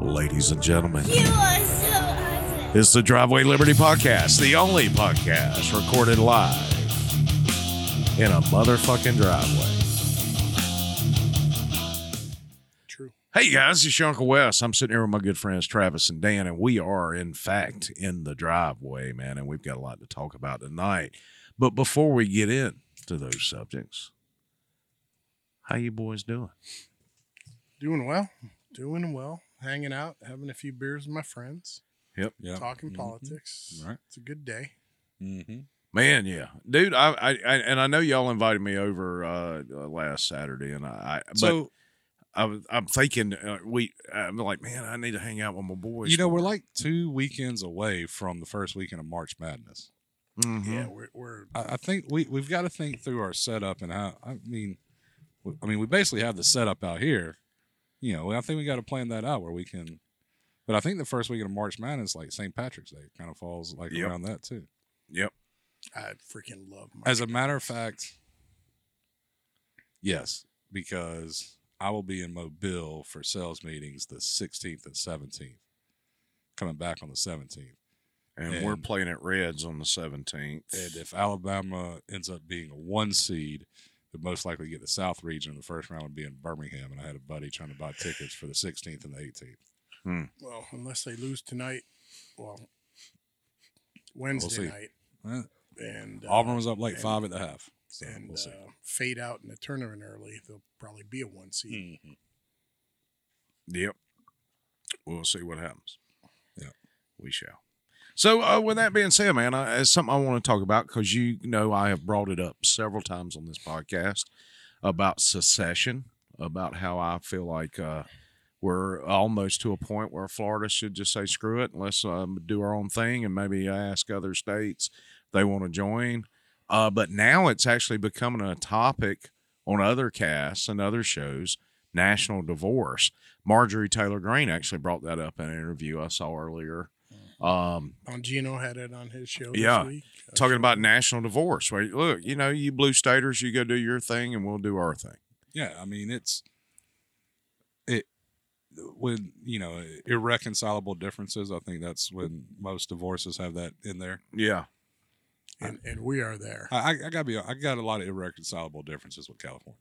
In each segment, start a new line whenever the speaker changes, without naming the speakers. ladies and gentlemen.
You are so awesome.
It's the Driveway Liberty Podcast, the only podcast recorded live in a motherfucking driveway.
True.
Hey guys, it's your Uncle Wes. I'm sitting here with my good friends Travis and Dan, and we are in fact in the driveway, man, and we've got a lot to talk about tonight. But before we get in to those subjects, how you boys doing?
Doing well. Doing well. Hanging out, having a few beers with my friends,
Yeah.
talking
Mhm.
politics.
Right.
It's a good day.
Mm-hmm.
Man, yeah, dude. I, I, I and I know y'all invited me over uh, last Saturday, and I. I but
So
I was, I'm thinking uh, we. I'm like, man, I need to hang out with my boys.
you know we're like two weekends away from the first weekend of March Madness. Mm-hmm.
Mhm.
Yeah, we're, we're
I, I think we we've got to think through our setup and how. I mean, we, I mean we basically have the setup out here. You know, I think we got to plan that out where we can. But I think the first weekend of March Madness, like St. Patrick's Day, kind of falls like
Yep.
around that too.
Yep.
I freaking love my
As a matter of fact, yes, because I will be in Mobile for sales meetings the 16th and 17th, coming back on the 17th.
And, we're
And-
playing at Reds on the 17th.
And if Alabama ends up being a one seed, would most likely get the South region in the first round would be in Birmingham. And I had a buddy trying to buy tickets for the 16th and the 18th.
well, unless they lose tonight. Well Wednesday
see.
night.
Eh,
And uh,
Auburn was up like
and-
five at the half. So
and
we'll see.
uh, fade out in the tournament early. They'll probably be a one seed.
Mhm.
Yep. We'll see what happens.
Yeah.
We shall. So, uh, with that being said, man, I, it's something I want to talk about because you know I have brought it up several times on this podcast about secession, about how I feel like uh, we're almost to a point where Florida should just say screw it and let's um, do our own thing and maybe ask other states if they want to join. Uh, but now it's actually becoming a topic on other casts and other shows, national divorce. Marjorie Taylor Greene actually brought that up in an interview I saw earlier.
Mm.
Um,
Hmm.
On Gino had it on his show
Yeah.
this week. Uh,
talking about national divorce, where look, you know, you blue staters, you go do your thing, and we'll do our thing.
Yeah, I mean it's it when you know irreconcilable differences. I think that's when most divorces have that in there.
Yeah,
and, and we are there.
I, I, I gotta be. I got a lot of irreconcilable differences with California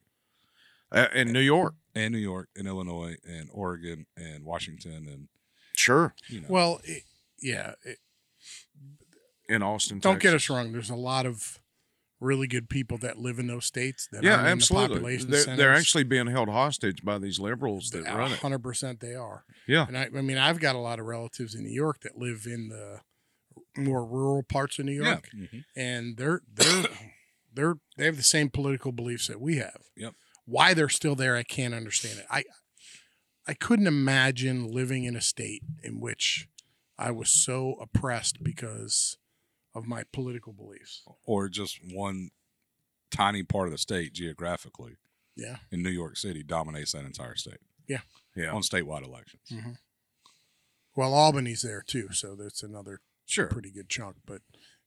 uh, in New York,
and New York and Illinois and Oregon and Washington and
sure,
you know.
Well, it, yeah, it,
in Austin.
don't get
Texas.
us wrong. There's a lot of really good people that live in those states that
Yeah,
aren't in the
absolutely.
population
They're, they're
centers.
actually being held hostage by these liberals that run it.
100% they are.
Yeah.
And I, I mean, I've got a lot of relatives in New York that live in the more rural parts of New
yeah,
York,
mhm.
and they're they're they're they have the same political beliefs that we have.
Yep.
Why they're still there, I can't understand it. I I couldn't imagine living in a state in which I was so oppressed because of my political beliefs.
or just one tiny part of the state geographically.
Yeah.
in New York City dominates that entire state
Yeah,
on statewide elections.
Well, Albany's there too, so that's another
Sure.
pretty good chunk. But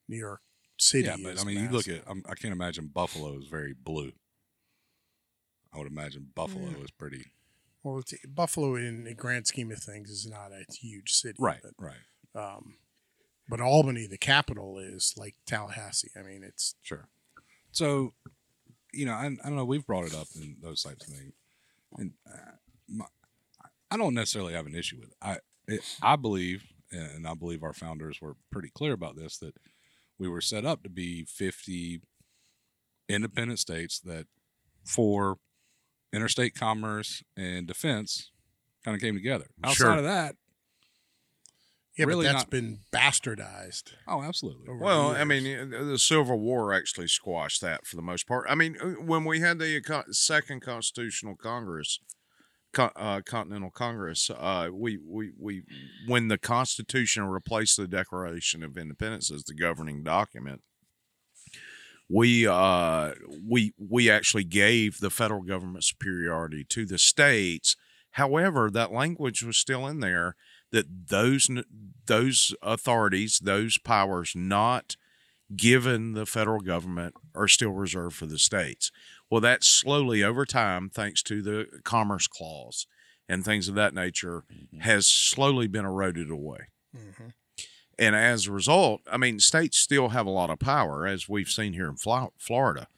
New York City,
yeah, but
is
I mean, you look
massive.
at. I'm, I can't imagine Buffalo is very blue. I would imagine Buffalo is pretty.
Well, it's, Buffalo, in the grand scheme of things, is not a huge city.
Right, right,
But, um, but Albany, the capital, is like Tallahassee. I mean, it's
sure. So, you know, I, I don't know. We've brought it up in those types of things, and uh, my, I don't necessarily have an issue with it. I it, I believe, and I believe our founders were pretty clear about this that we were set up to be 50 independent states that, for interstate commerce and defense, kind of came together. Outside
Sure.
of that,
yeah,
Really
but that's
not-
been bastardized.
oh, absolutely.
over
Well,
the
I mean,
years.
yeah, the Civil War actually squashed that for the most part. I mean, uh, when we had the co- second Constitutional Congress, co- uh, Continental Congress, uh, we, we, we, when the Constitution replaced the Declaration of Independence as the governing document, we, uh, we, we actually gave the federal government superiority to the states. However, that language was still in there that those n- those authorities, those powers not given the federal government are still reserved for the states. Well, that's slowly over time, thanks to the Commerce Clause and things of that nature
Mm-hmm.
has slowly been eroded away.
hmm
And as a result, I mean, states still have a lot of power, as we've seen here in Flo- Florida,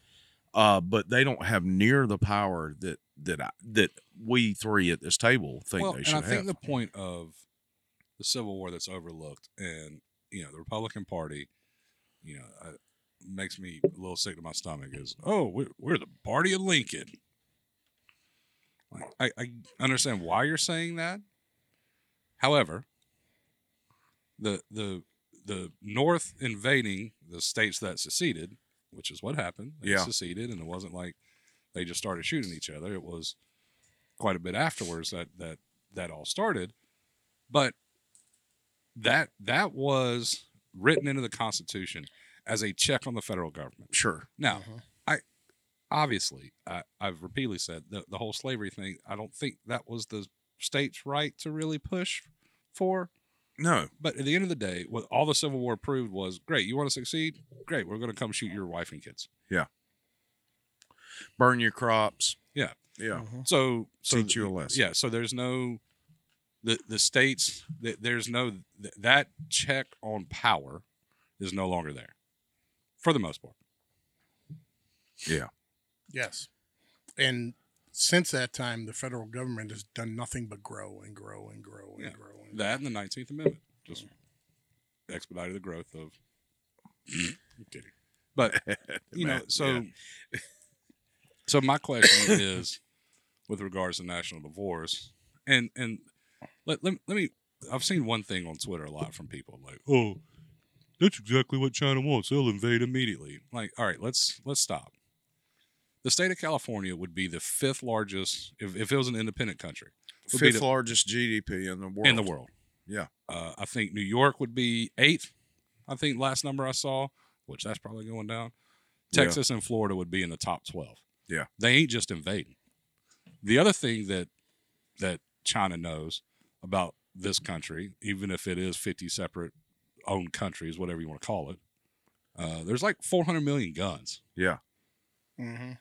uh, but they don't have near the power that that I, that we three at this table think
well,
they
and
should
I
have.
think the point of the Civil War that's overlooked, and you know, the Republican Party, you know, uh, makes me a little sick to my stomach. Is oh, we're, we're the party of Lincoln. Like, I, I understand why you're saying that. However, the the the North invading the states that seceded, which is what happened. They
Yeah.
seceded, and it wasn't like they just started shooting each other. It was quite a bit afterwards that that that all started. But that that was written into the Constitution as a check on the federal government.
sure.
Now,
mm-hmm,
obviously, I, I've repeatedly said the, the whole slavery thing, I don't think that was the state's right to really push for.
No.
But at the end of the day, what all the Civil War proved was great, you want to succeed? Great, we're going to come shoot your wife and kids.
Burn your crops.
Yeah.
Yeah.
mm-hmm.
So, so
Teach you a lesson.
yeah, so there's no, the, the states, th- there's no, th- that check on power is no longer there for the most part.
Yes. And since that time, the federal government has done nothing but grow and grow and grow and
Yeah.
grow. And
That and the 19th Amendment just expedited the growth of. I'm kidding. But you know,
Man,
so
yeah.
so my question is with regards to national divorce, and and let, let let me. I've seen one thing on Twitter a lot from people like, "Oh, that's exactly what China wants. They'll invade immediately." Like, all right, let's let's stop. The state of California would be the fifth largest if, if it was an independent country would be
Fifth
the-
largest GDP in the world.
in the world.
Yeah.
Uh, I think New York would be eighth. I think last number I saw, which that's probably going down.
Yeah.
Texas and Florida would be in the top twelve.
Yeah.
They ain't just invading. The other thing that that China knows about this country, even if it is fifty separate owned countries, whatever you want to call it, uh, there's like four hundred million guns.
Yeah.
hmm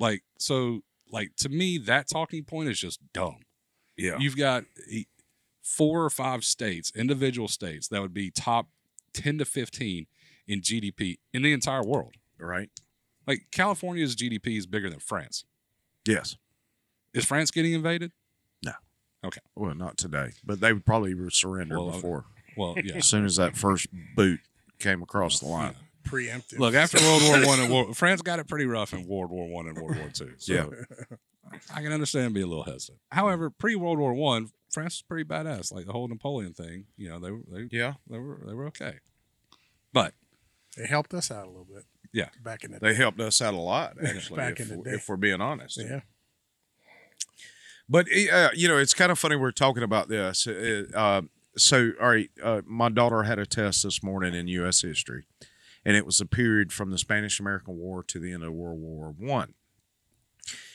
Like so, like to me, that talking point is just dumb.
Yeah.
You've got e- four or five states, individual states that would be top 10 to 15 in GDP in the entire world.
right.
Like California's GDP is bigger than France.
Yes.
Is France getting invaded?
Well, not today, but they would probably surrender
Well, I-
before
Well, yeah.
as soon as that first boot came across the line.
Preemptive.
Look, after World War One and War, France got it pretty rough in World War One and World War Two. So
Yeah.
I can understand being a little hesitant. However, pre World War One, France was pretty badass. Like the whole Napoleon thing, you know, they were they,
Yeah.
they were they were okay. But
It helped us out a little bit.
Yeah.
Back in the
They helped us out a lot, actually, if,
Back in the
we-
day.
if we're being honest.
Yeah.
But uh, you know, it's kind of funny we're talking about this. Uh, uh, so, all right, uh, my daughter had a test this morning in U.S. history, and it was the period from the Spanish-American War to the end of World War One.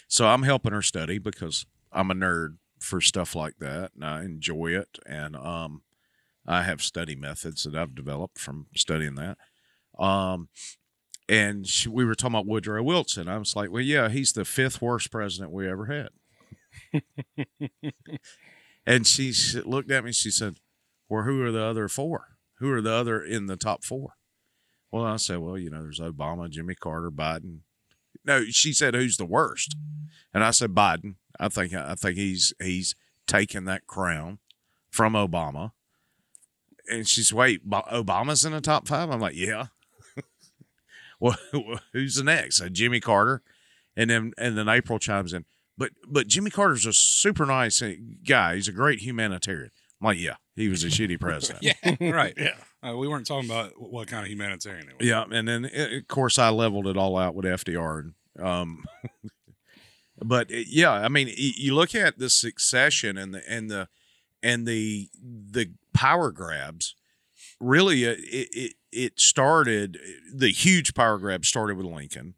So I'm helping her study because I'm a nerd for stuff like that, and I enjoy it. And um, I have study methods that I've developed from studying that. Um, and she, we were talking about Woodrow Wilson. I was like, well, yeah, he's the fifth worst president we ever had. And she s- looked at me. and She said, "Well, who are the other four? Who are the other in the top four? Well, I said, "Well, you know, there's Obama, Jimmy Carter, Biden." No, she said, "Who's the worst?" And I said, "Biden. I think I think he's he's taken that crown from Obama." And she's, "Wait, Bo- Obama's in the top five? I'm like, "Yeah." well, who's the next? Uh, Jimmy Carter, and then and then April chimes in but but Jimmy Carter's a super nice eh, guy. He's a great humanitarian. I'm like, yeah, he was a shitty president.
yeah, right.
Yeah.
Uh, we weren't talking about what kind of humanitarian it was.
yeah. And then uh, of course I leveled it all out with FDR. And, um, but uh, yeah, I mean, y- you look at the succession and the and the and the the power grabs. Really, uh, it it, it started the huge power grab started with Lincoln.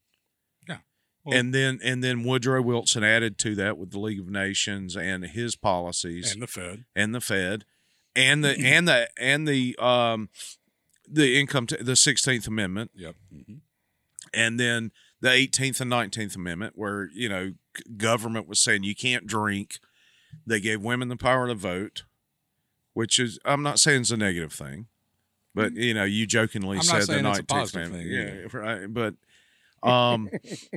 Well-
and then and then Woodrow Wilson added to that with the League of Nations and his policies.
And the Fed.
and the Fed, and the and the and the um the income t- the Sixteenth Amendment,
Yep. Mhm.
and then the Eighteenth and Nineteenth Amendment, where you know g- government was saying you can't drink, They gave women the power to vote, which is I'm not saying it's a negative thing, but you know, you jokingly
Mm. I'm not
said the
saying it's a
night takes
positive
man-
thing
yeah, right. But um, it,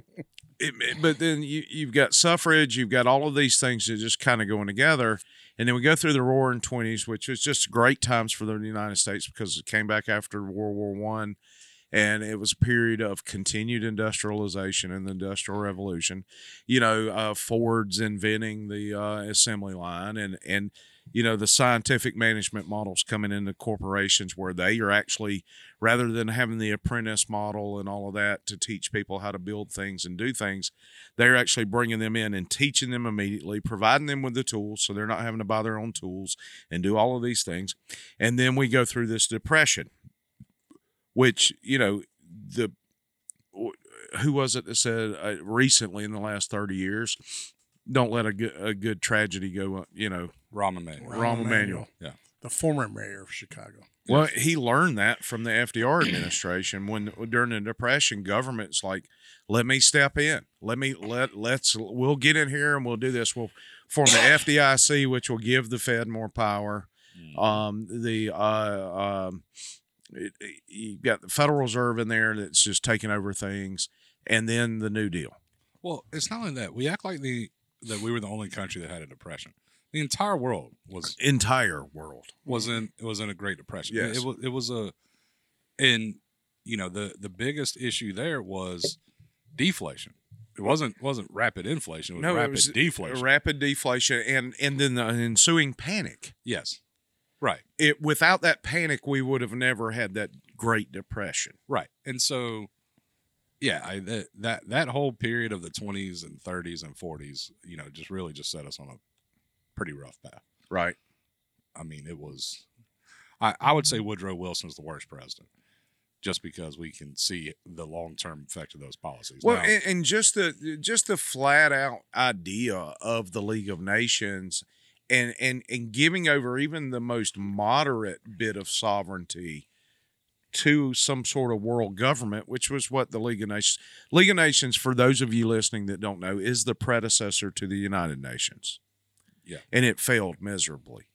it- but then you you've got suffrage, you've got all of these things that just kind of going together, and then we go through the Roaring Twenties, which was just great times for the United States because it came back after World War One and it was a period of continued industrialization and the industrial revolution you know uh, ford's inventing the uh, assembly line and and you know the scientific management models coming into corporations where they are actually rather than having the apprentice model and all of that to teach people how to build things and do things they're actually bringing them in and teaching them immediately providing them with the tools so they're not having to buy their own tools and do all of these things and then we go through this depression which you know the who was it that said uh, recently in the last 30 years don't let a good, a good tragedy go uh, you know
Rahm Emanuel.
Rahm Emanuel.
Yeah.
The former mayor of Chicago.
well he learned that from the fdr administration when during the depression government's like let me step in let me let let's we'll get in here and we'll do this we'll form the fdic which will give the fed more power um the uh um it, it- you got the federal reserve in there that's just taking over things and then the new deal
Well, it's not only that. We act like the that we were the only country that had a depression. The entire world was
entire world
was in was in a great depression.
Yes.
It, was it was a and you know the the biggest issue there was deflation. It wasn't wasn't rapid inflation. It was
No, it
rapid
was
deflation.
rapid deflation and and then the ensuing panic
yes, right.
it without that panic we would have never had that great depression
Right. And so, yeah, I, that, that that whole period of the 20s and 30s and 40s, you know, just really just set us on a pretty rough path.
right
I mean, it was, I, I would say Woodrow Wilson's the worst president just because we can see the long term effect of those policies.
well
Now,
and, and just the just the flat out idea of the league of nations and and and giving over even the most moderate bit of sovereignty to some sort of world government which was what the league of nations league of nations for those of you listening that don't know is the predecessor to the united nations
Yeah.
and it failed miserably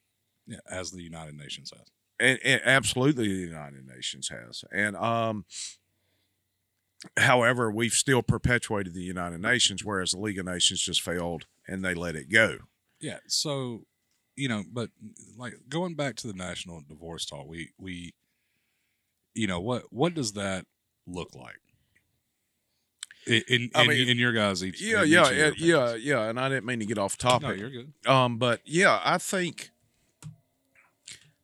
yeah, as the United Nations has.
and, and absolutely the United Nations has. And um however, we've still perpetuated the United Nations, whereas the League of Nations just failed and they let it go.
Yeah. So, you know, but like going back to the national divorce talk, we we, you know, what what does that look like? In in,
I
in,
mean-
in your guys, each
Yeah,
in each
yeah,
of your
and- yeah,
opinions?
yeah. And I didn't mean to get off
No,
topic.
you're good.
Um, but yeah, I think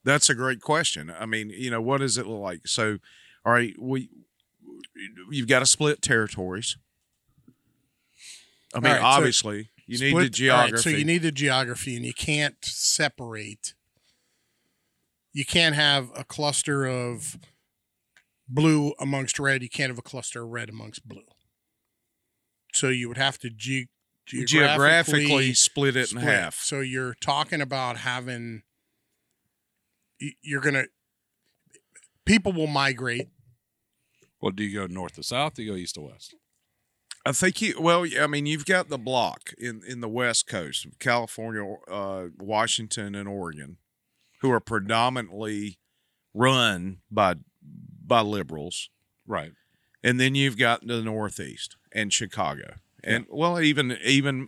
that's a great question. I mean, you know, what does it look like? So, all right, we you've got to split territories. I mean,
All right, so
obviously, you need the
Split- all right,
geography.
so you need the geography, and you can't separate. You can't have a cluster of blue amongst red. You can't have a cluster of red amongst blue. So you would have to ge-
geographically,
geographically
split it in
split.
half.
So you're talking about having. y- You're gonna. People will migrate.
Well, do you go north to south? Do you go east to west?
I think you. Well, yeah, I mean, you've got the block in in the West Coast of California, uh, Washington, and Oregon, who are predominantly run by by liberals,
Right.
and then you've got the Northeast and Chicago, and well, even even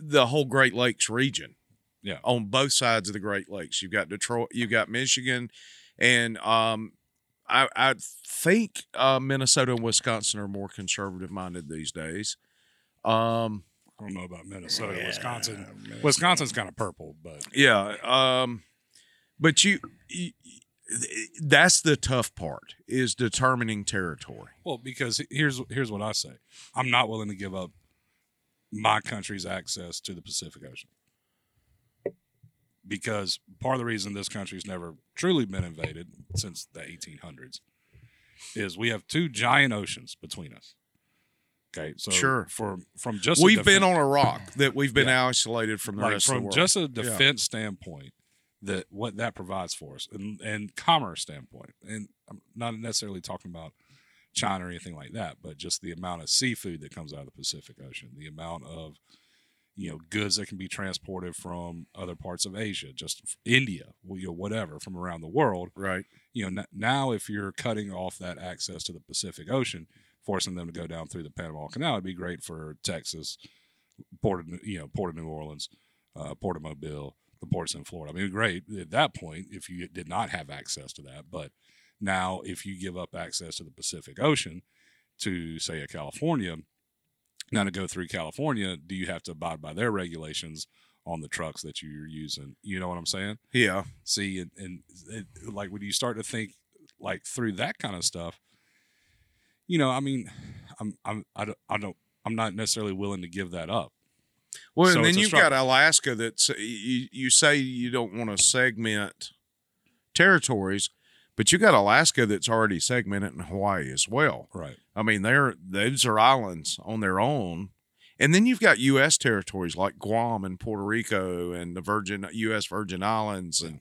the whole Great Lakes region.
Yeah.
on both sides of the Great Lakes, you've got Detroit, you've got Michigan, and um, I, I think uh, Minnesota and Wisconsin are more conservative minded these days. Um,
I don't know about Minnesota,
Yeah,
Wisconsin.
Minnesota.
Wisconsin's kind of purple, but
yeah, um, but you, you, that's the tough part is determining territory.
well, because here's here's what I say: I'm not willing to give up my country's access to the Pacific Ocean because part of the reason this country's never truly been invaded since the 1800s is we have two giant oceans between us. Okay, so
Sure.
from from just a
we've been
defen-
on a rock that we've been isolated from the
like
rest of the
from
world.
just a defense standpoint that what that provides for us and and commerce standpoint and i'm not necessarily talking about china or anything like that but just the amount of seafood that comes out of the pacific ocean the amount of you know goods that can be transported from other parts of Asia, just f- India, well, you know, whatever, from around the world.
Right.
You know, n- now if you're cutting off that access to the Pacific Ocean, forcing them to go down through the Panama Canal, it'd be great for Texas, port of New- you know port of New Orleans, uh, port of Mobile, the ports in Florida. I mean, great at that point if you did not have access to that, but now if you give up access to the Pacific Ocean to say a California, now to go through California, do you have to abide by their regulations on the trucks that you're using? You know what I'm saying?
Yeah.
see and, and it, like when you start to think like through that kind of stuff you know i mean i'm i'm i don't, I don't i'm not necessarily willing to give that up
Well,
So
and
it's
then
a
you've
struggle.
got Alaska that's you, you say you don't want to segment territories, but you got Alaska that's already segmented in Hawaii as well.
right
I mean, they're those are islands on their own. And then you've got U.S. territories like Guam and Puerto Rico and the Virgin U.S. Virgin Islands and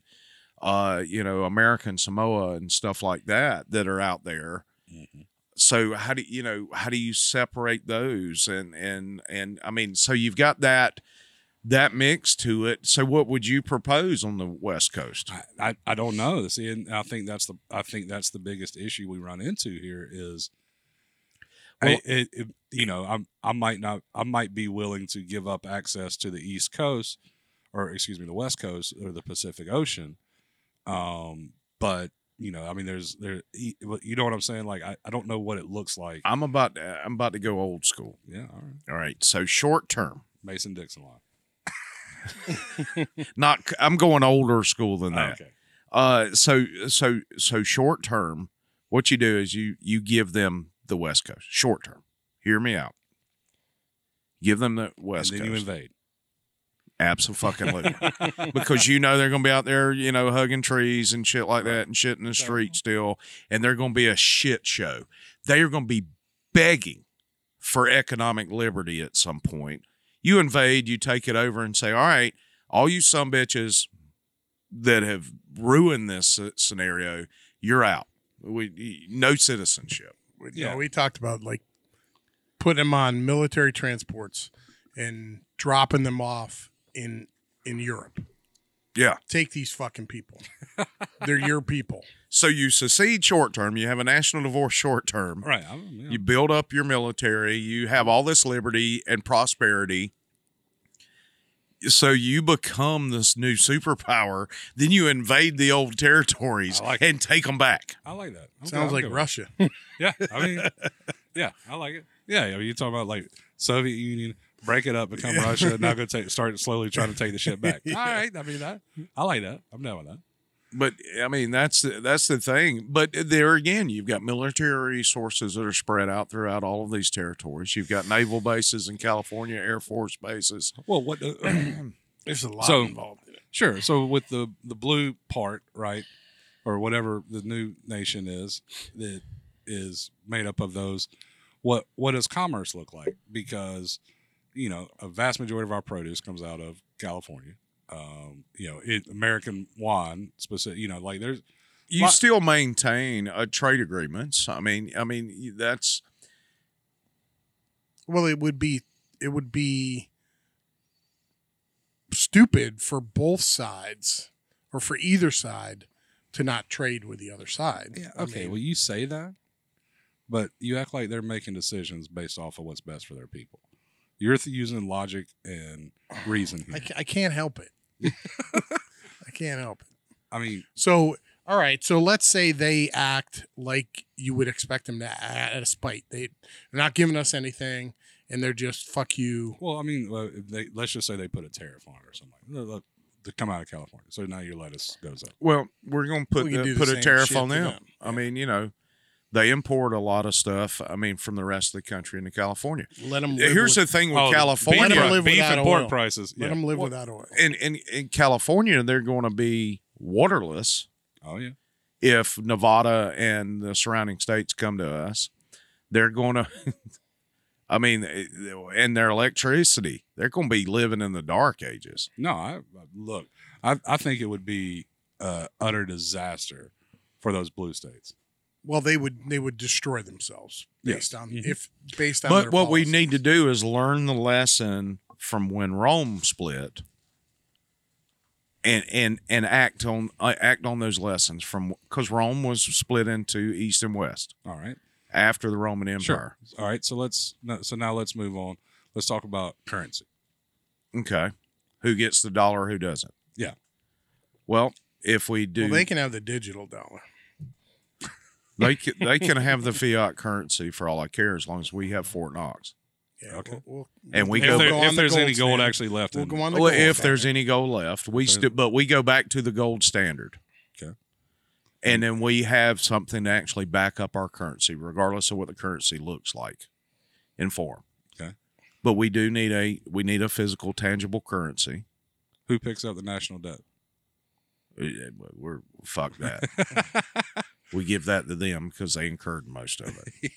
uh, you know American Samoa and stuff like that that are out there.
Mm.
So how do you know how do you separate those and and and I mean so you've got that that mix to it. So what would you propose on the West Coast?
I, I i don't know see and i think that's the i think that's the biggest issue we run into here is I-
Well-
it, it, you know i'm i might not i might be willing to give up access to the east coast or excuse me the west coast or the pacific ocean um but you know i mean there's there you you know what i'm saying like i, I don't know what it looks like
I'm about to, I'm about to go old school.
yeah all right
All right, so short term.
mason dixon line
not i'm going older school than that
okay
uh so so so short term what you do is you you give them the west coast short term hear me out give them the
and
west
then you
coast
invade
absolutely because you know they're gonna be out there you know hugging trees and shit like that and shit in the street still and they're gonna be a shit show they're gonna be begging for economic liberty at some point you invade, you take it over and say, all right, all you some bitches that have ruined this uh, scenario, you're out. We y- no citizenship.
You
Yeah.
know, we talked about like putting them on military transports and dropping them off in in Europe.
Yeah.
Take these fucking people. They're your people.
So you secede short term, you have a national divorce short term.
all right I'm, yeah.
You build up your military, you have all this liberty and prosperity. So you become this new superpower, then you invade the old territories
I like
and take them back.
i like that I'm good-
Sounds
I'm
like
good with it.
Russia.
Yeah, I mean, yeah, I like it. Yeah, I mean, you're talking about like Soviet Union, break it up, become Russia, now go take, start slowly trying to take the shit back. All right, I mean, that I like that. I'm down with that.
but I mean that's the, that's the thing. But there again, you've got military resources that are spread out throughout all of these territories. You've got naval bases in California, air force bases.
Well, what? The,
There's a lot
So-
involved in it.
sure. So with the the blue part, right, or whatever the new nation is that is made up of those, what what does commerce look like? Because you know, a vast majority of our produce comes out of California. Um, you know, it, American wine specific. You know, like there's
You
Right.
still maintain uh, trade agreements. I mean, I mean that's
Well, it would be it would be stupid for both sides or for either side to not trade with the other side.
Yeah,
I
okay.
mean,
well, you say that, but you act like they're making decisions based off of what's best for their people. You're th- using logic and reason.
I,
Here.
ca- I can't help it. I can't help it.
I mean,
So, all right. So let's say they act like you would expect them to a- out of spite. They, they're not giving us anything, and they're just fuck you.
well, I mean, well, if they, let's just say they put a tariff on it or something like that to come out of California. So now your lettuce goes up.
well, we're going to put
We can
the,
do the
put a
same
tariff
shit
on
to
them.
them.
I mean, you know, they import a lot of stuff. I mean, from the rest of the country into California.
Let them. Live
Here's
with,
the thing with
Oh,
California.
beef,
Let 'em
pri-
live
beef
without
and pork
oil.
prices.
let
Yeah.
them live
Well-
without oil.
in, in in California, they're going to be waterless.
Oh yeah.
if Nevada and the surrounding states come to us, they're going to, I mean, eh, and their electricity, they're going to be living in the dark ages.
No, I I- look. I I think it would be uh, utter disaster for those blue states.
Well, they would they would destroy themselves based on
Mhm.
if based on.
But
their
what we
policies.
need to do is learn the lesson from when Rome split and and and act on uh, act on those lessons from cuz Rome was split into east and west
All right.
after the Roman Empire.
All right. So let's no- so now let's move on. Let's talk about currency.
Okay. Who gets the dollar, who doesn't?
Yeah.
Well, if we do
Well, they can have the digital dollar.
They can, they can have the fiat currency for all I care as long as we have Fort Knox.
Yeah,
Okay.
we'll- we'll-
And we
If,
go-
there-
go
if
on the
there's any
gold
gold
standard.
actually left,
we'll
in
go
it.
on the
Well,
gold
if there's
standard.
any gold left, we
There's-
still but we go back to the gold standard.
Okay.
And then we have something to actually back up our currency, regardless of what the currency looks like in form.
Okay.
But we do need a we need a physical, tangible currency.
who picks up the national debt?
Uh, We're fuck that. we give that to them because they incurred most of it.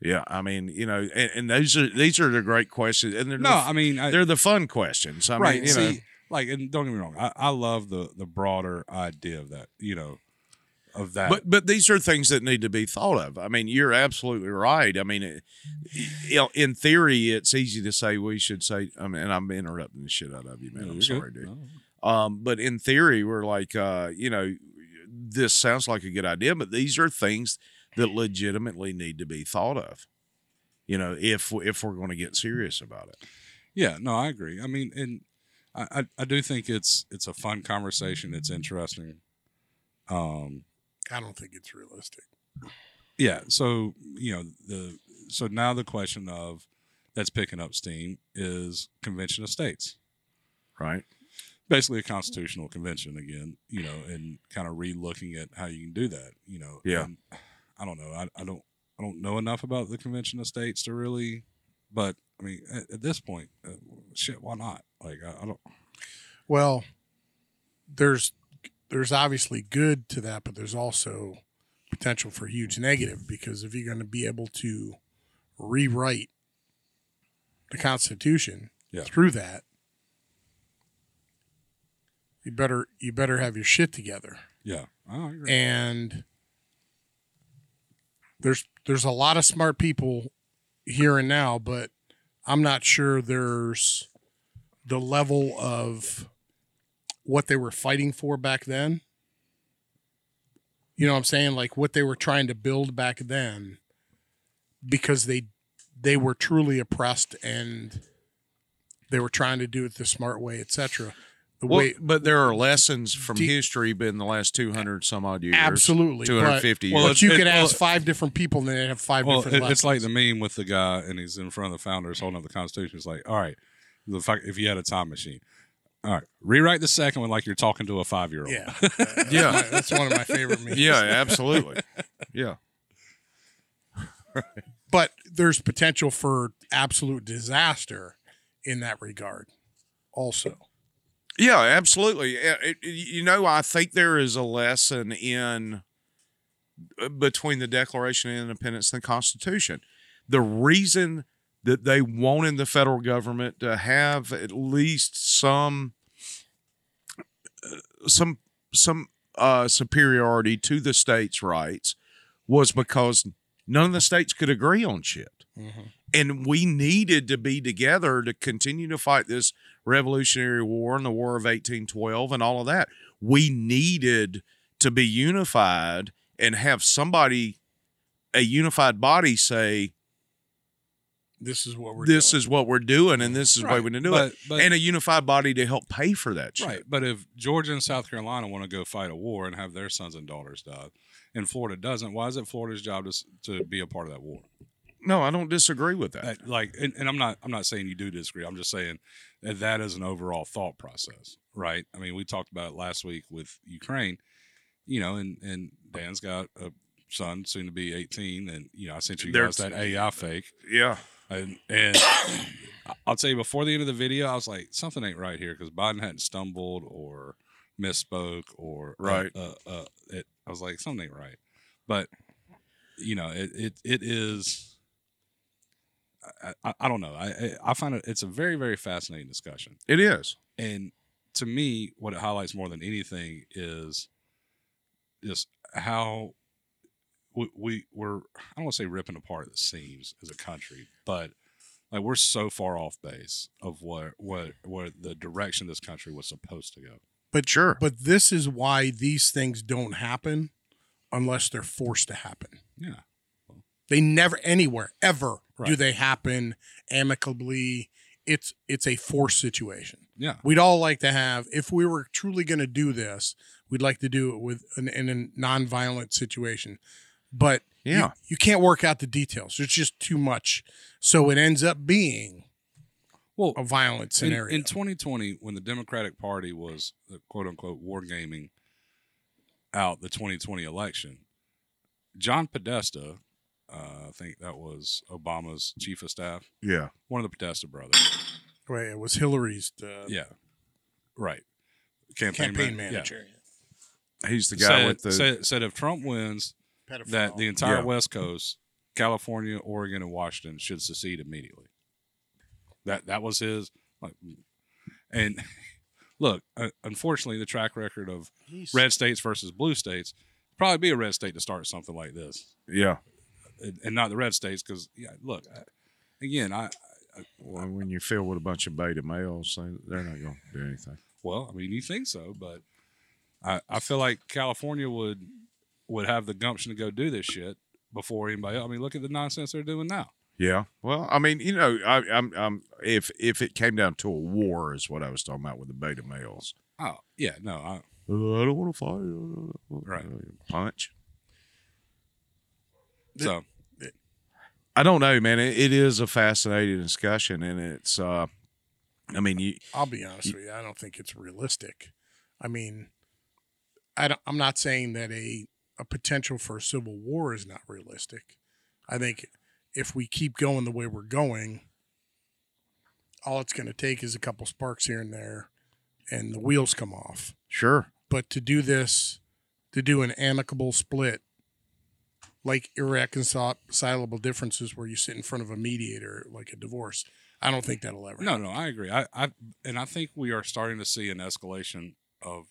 yeah, I mean, you know, and, and those are these are the great questions, and they're
no,
the,
I mean, I,
they're the fun questions. I
right.
mean, you
see,
know,
like, and don't get me wrong. I, I love the the broader idea of that. You know, of that.
but but these are things that need to be thought of. I mean, you're absolutely right. I mean, it, you know, in theory, it's easy to say we should say. I mean, and I'm interrupting the shit out of you, man.
No,
I'm
you're
sorry,
good.
dude.
No.
Um, but in theory, we're like, uh, you know, this sounds like a good idea, but these are things that legitimately need to be thought of. You know, if if we're going to get serious about it,
Yeah, no, I agree. I mean, and I, I, I do think it's it's a fun conversation. It's interesting. Um,
I don't think it's realistic.
yeah. So you know the so now the question of that's picking up steam is convention of states,
right?
basically a constitutional convention again. You know, and kind of re-looking at how you can do that. You know.
Yeah.
And I don't know. I, I don't I don't know enough about the convention of states to really, but I mean at, at this point, uh, shit, why not? Like I, I don't.
Well, there's there's obviously good to that, but there's also potential for huge negative because if you're going to be able to rewrite the Constitution
Yeah.
through that, you better you better have your shit together.
Yeah. I agree.
and there's there's a lot of smart people here and now, but I'm not sure there's the level of what they were fighting for back then. You know what I'm saying? Like what they were trying to build back then because they they were truly oppressed and they were trying to do it the smart way, etc. The
Well,
way
but there are lessons from
Do-
history been the last two hundred some odd years,
absolutely
two
but-
hundred fifty.
Well,
years.
but you
it-
could
well,
ask five different people and they'd have five
Well,
different
it- it's
lessons.
like the meme with the guy, and he's in front of the founders holding up the Constitution. It's like, all right, the fact, if you had a time machine, all right, rewrite the second one like you're talking to a five year old.
yeah,
Yeah.
that's one of my favorite memes.
yeah, absolutely. Yeah,
but there's potential for absolute disaster in that regard. Also,
yeah, absolutely. Uh, it- it- you know, I think there is a lesson in uh, between the Declaration of Independence and the Constitution. The reason that they wanted the federal government to have at least some uh, some some uh, superiority to the states' rights was because none of the states could agree on shit.
Mm-hmm.
and we needed to be together to continue to fight this revolutionary war and the war of 1812 and all of that we needed to be unified and have somebody a unified body say
this is what we're
this
doing.
is what we're doing and this is the way we can do
but,
it
But,
and a unified body to help pay for that shit.
right, but if Georgia and South Carolina want to go fight a war and have their sons and daughters die, and Florida doesn't, why is it Florida's job to, s- to be a part of that war?
no i don't disagree with that
That- like, and, and I'm not I'm not saying you do disagree. I'm just saying that that is an overall thought process, right? I mean, we talked about it last week with Ukraine, you know, and and Dan's got a son soon to be 18, and you know, I sent you
There's-
guys that AI fake,
yeah
and and I'll tell you before the end of the video, I was like, something ain't right here because Biden hadn't stumbled or misspoke or uh,
Right.
Uh, uh, it, I was like, something ain't right, but you know, it it, it is. I, I, I don't know. I I- I find it it's a very very fascinating discussion,
it is
and to me, what it highlights more than anything is just how wh- we, we we're I don't want to say ripping apart the seams as a country, but like we're so far off base of what what what the direction this country was supposed to go.
Sure.
But this is why these things don't happen unless they're forced to happen.
Yeah,
They never anywhere ever do
Right.
they happen amicably. It's it's a forced situation.
yeah,
We'd all like to have if we were truly going to do this, we'd like to do it with an, in a nonviolent situation. But you-
Yeah.
you can't work out the details. It's just too much. So it ends up being
Well,
a violent
in,
scenario.
in 2020, when the Democratic Party was uh, quote unquote wargaming out the 2020 election, John Podesta, uh, I think that was Obama's chief of staff,
Yeah.
one of the Podesta brothers.
Right, it was Hillary's uh,
Yeah, right. Campaign,
campaign
man- yeah.
manager.
He's the guy
said,
with the.
said, said if Trump wins, that the entire
Yeah.
West Coast, California, Oregon, and Washington should secede immediately. That that was his like, and look, uh, unfortunately, the track record of red states versus blue states probably be a red state to start something like this,
yeah.
and, and not the red states because yeah, look, I, again, I
Well, when you feel with a bunch of beta males, they- they're not going to do anything.
well, I mean, you think so, but I I feel like California would would have the gumption to go do this shit before anybody. Else. I mean, look at the nonsense they're doing now.
Yeah. Well, I mean, you know, I, I'm, I'm, if if it came down to a war, is what I was talking about with the beta males.
Oh yeah, no, I,
Uh, I don't want to fight.
Right.
Punch.
so
I don't know, man. It, it is a fascinating discussion, and it's. uh I mean, you.
I'll be honest with you. I don't think it's realistic. I mean, I don't, I'm not saying that a, a potential for a civil war is not realistic. I think if we keep going the way we're going, all it's going to take is a couple sparks here and there, and the wheels come off.
Sure.
But to do this, to do an amicable split, like irreconcilable differences where you sit in front of a mediator, like a divorce, I don't think that'll ever.
No, no, I agree. I, I, and I think we are starting to see an escalation of,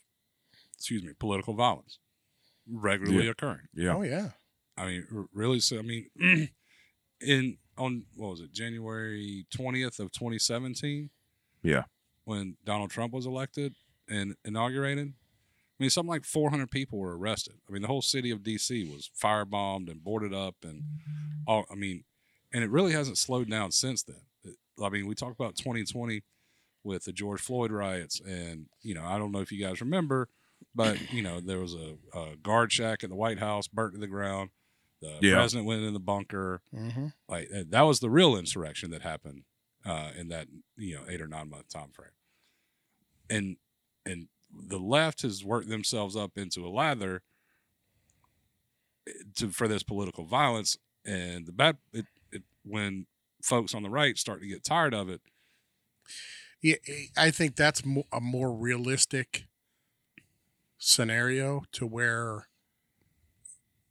excuse me, political violence regularly occurring.
Yeah.
Oh yeah.
I mean, r- really. So, I mean, in on what was it, January twentieth of twenty seventeen?
Yeah.
when Donald Trump was elected and inaugurated. I mean, something like 400 people were arrested. I mean, the whole city of D.C. was firebombed and boarded up, and all. I mean, and it really hasn't slowed down since then. It- I mean, we talk about 2020 with the George Floyd riots, and you know, I don't know if you guys remember, but you know, there was a, a guard shack at the White House burnt to the ground. The
Yeah.
president went in the bunker.
Mm-hmm.
Like eh, that- that was the real insurrection that happened uh, in that you know eight or nine month time frame. And and the left has worked themselves up into a lather eh, to for this political violence. And the bad it, it, when folks on the right start to get tired of it,
Yeah, I think that's mo- a more realistic scenario to where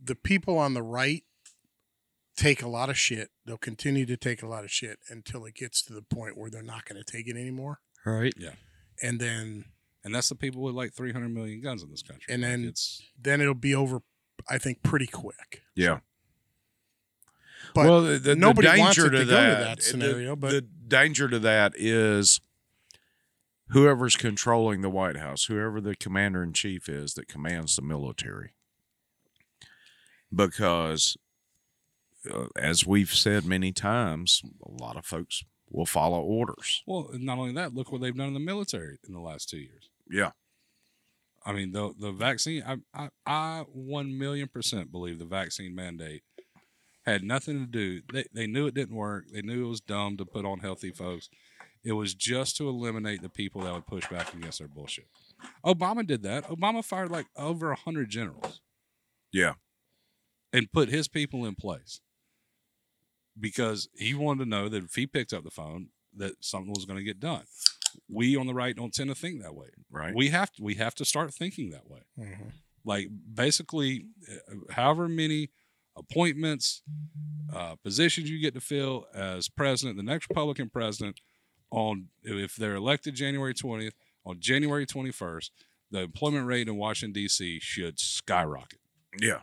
the people on the right take a lot of shit. They'll continue to take a lot of shit until it gets to the point where they're not going to take it anymore.
Right.
And then
and that's the people with like 300 million guns in this country.
And
Like,
then-
it's
then it'll be over I think pretty quick.
Yeah.
But
well, the, the,
nobody
the danger
wants it
to,
to go to
that,
that
the-
scenario, but-
the danger to that is whoever's controlling the White House, whoever the commander in chief is that commands the military, because uh, as we've said many times, a lot of folks will follow orders.
well, and not only that, look what they've done in the military in the last two years.
Yeah,
I mean, the the vaccine. I I, I one million percent believe the vaccine mandate had nothing to do. They they knew it didn't work. They knew it was dumb to put on healthy folks. It was just to eliminate the people that would push back against their bullshit. Obama did that. Obama fired like over hundred generals
yeah,
and put his people in place because he wanted to know that if he picked up the phone, that something was going to get done. We on the right don't tend to think that way.
right.
We have to, we have to start thinking that way
Mhm.
like basically uh, however many appointments uh, positions you get to fill as president the next republican president on if they're elected january 20th on january 21st the employment rate in washington d.c should skyrocket
yeah,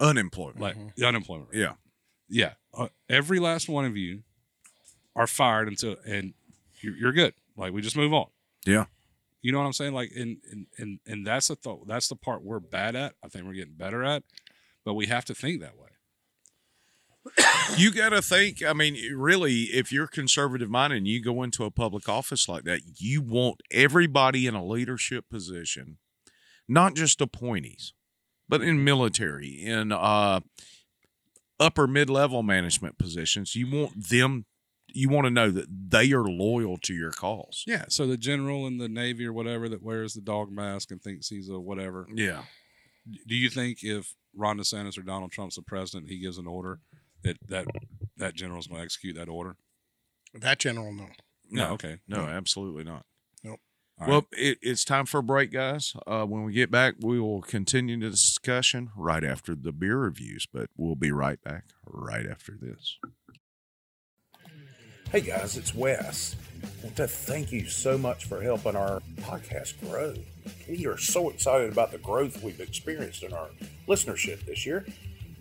unemployment.
like the unemployment rate.
yeah,
Yeah, uh, every last one of you are fired until and you're, you're good. Like we just move on.
Yeah.
you know what I'm saying? Like and and and, and that's the thought. That's the part we're bad at. I think we're getting better at, but we have to think that way.
you got to think. I mean, really, if you're conservative minded and you go into a public office like that, you want everybody in a leadership position, not just appointees, but in military, in uh, upper mid level management positions. You want them. You want to know that they are loyal to your cause.
Yeah. So the general in the navy or whatever that wears the dog mask and thinks he's a whatever.
Yeah.
Do you think if Ron DeSantis or Donald Trump's the president, he gives an order that that that general's going to execute that order?
That general, no.
No.
No.
okay.
No, absolutely not.
Nope.
All
well, it, it's time for a break, guys. Uh, when we get back, we will continue the discussion right after the beer reviews, but we'll be right back right after this.
Hey guys, it's Wes. I want to thank you so much for helping our podcast grow. We are so excited about the growth we've experienced in our listenership this year,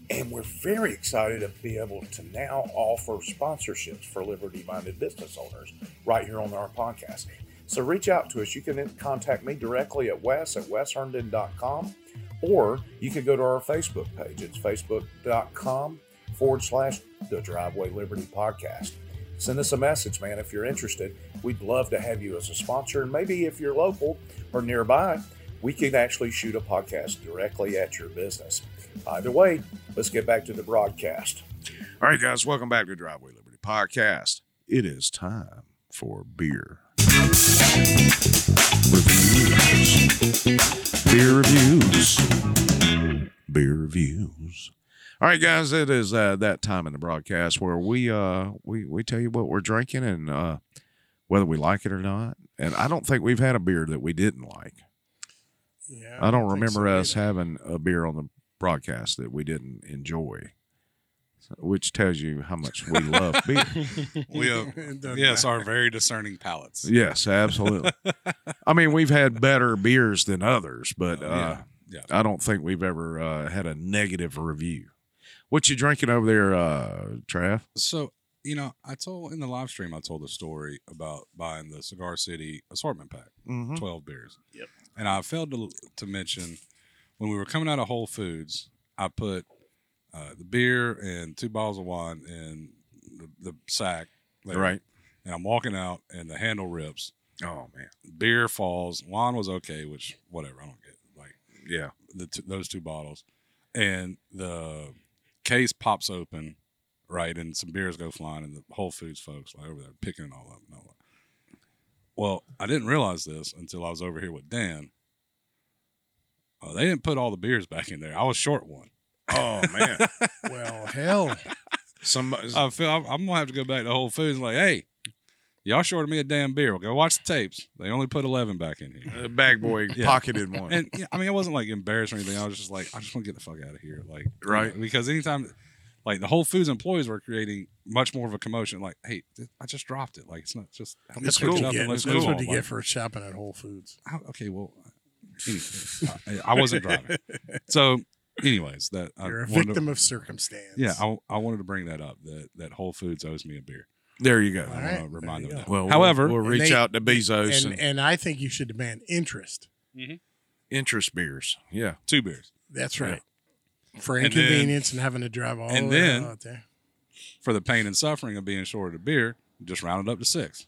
and we're very excited to be able to now offer sponsorships for liberty minded business owners right here on our podcast. So reach out to us. You can contact me directly at wes at wesherndon.com, or you can go to our Facebook page. It's facebook.com forward slash the Driveway Liberty Podcast send us a message, man, if you're interested. We'd love to have you as a sponsor. And maybe if you're local or nearby, we can actually shoot a podcast directly at your business. Either way, let's get back to the broadcast.
All right, guys, welcome back to Driveway Liberty Podcast. It is time for beer. Reviews. Beer reviews. Beer reviews. All right, guys, it is uh, that time in the broadcast where we uh we, we tell you what we're drinking and uh whether we like it or not. And I don't think we've had a beer that we didn't like.
Yeah.
I don't
think so
remember us
either.
having a beer on the broadcast that we didn't enjoy, which tells you how much we love beer.
We uh,
It doesn't
yes,
matter.
our very discerning palates.
Yes, absolutely. I mean, we've had better beers than others, but
Oh,
uh,
yeah. Yeah.
I don't think we've ever uh, had a negative review. What you drinking over there, uh, Trav?
So, you know, I told in the live stream, I told the story about buying the Cigar City assortment pack,
Hmm.
Mm-hmm.
12 beers.
Yep.
And I failed to, to mention when we were coming out of Whole Foods, I put uh, the beer and two bottles of wine in the, the sack. there.
Right.
And I'm walking out and the handle rips.
Oh man.
Beer falls. Wine was okay, which, whatever, I don't get. Like,
Yeah.
the t- those two bottles, and the case pops open, right, and some beers go flying, and the Whole Foods folks like over there picking it all up. And all that. Well, I didn't realize this until I was over here with Dan. Uh, they didn't put all the beers back in there. I was short one.
Oh man.
Well, hell.
Some
I feel I'm, I'm gonna have to go back to Whole Foods and like, hey, y'all shorted me a damn beer. Well, go watch the tapes. They only put eleven back in here.
uh, bag boy
Yeah.
pocketed one.
And yeah, I mean, I wasn't like embarrassed or anything. I was just like, I just want to get the fuck out of here. Like,
Right.
Because anytime, like, the Whole Foods employees were creating much more of a commotion. Like, hey, th- I just dropped it. Like, it's not just. help me
That's
pick
cool.
it
what
up
you
and
get.
let's
That's
move
what
on.
you
Like,
get for shopping at Whole Foods.
how- okay, well, anyway, I, I wasn't driving. So, anyways, that
You're
I
a
wanted to-
victim of circumstance.
yeah, I, I wanted to bring that up. That that Whole Foods owes me a beer.
there you go.
I
All
want
right,
to
there
remind
you
them. of
go.
That.
Well, we'll-
However,
we'll,
And
reach
they-
out to Bezos and,
and and I think you should demand interest.
interest beers. Yeah.
two beers
That's right. For
And then-
inconvenience and, having to drive all
and
the
then-
way out there.
for the pain and suffering of being shorted a beer. Just round it up to six.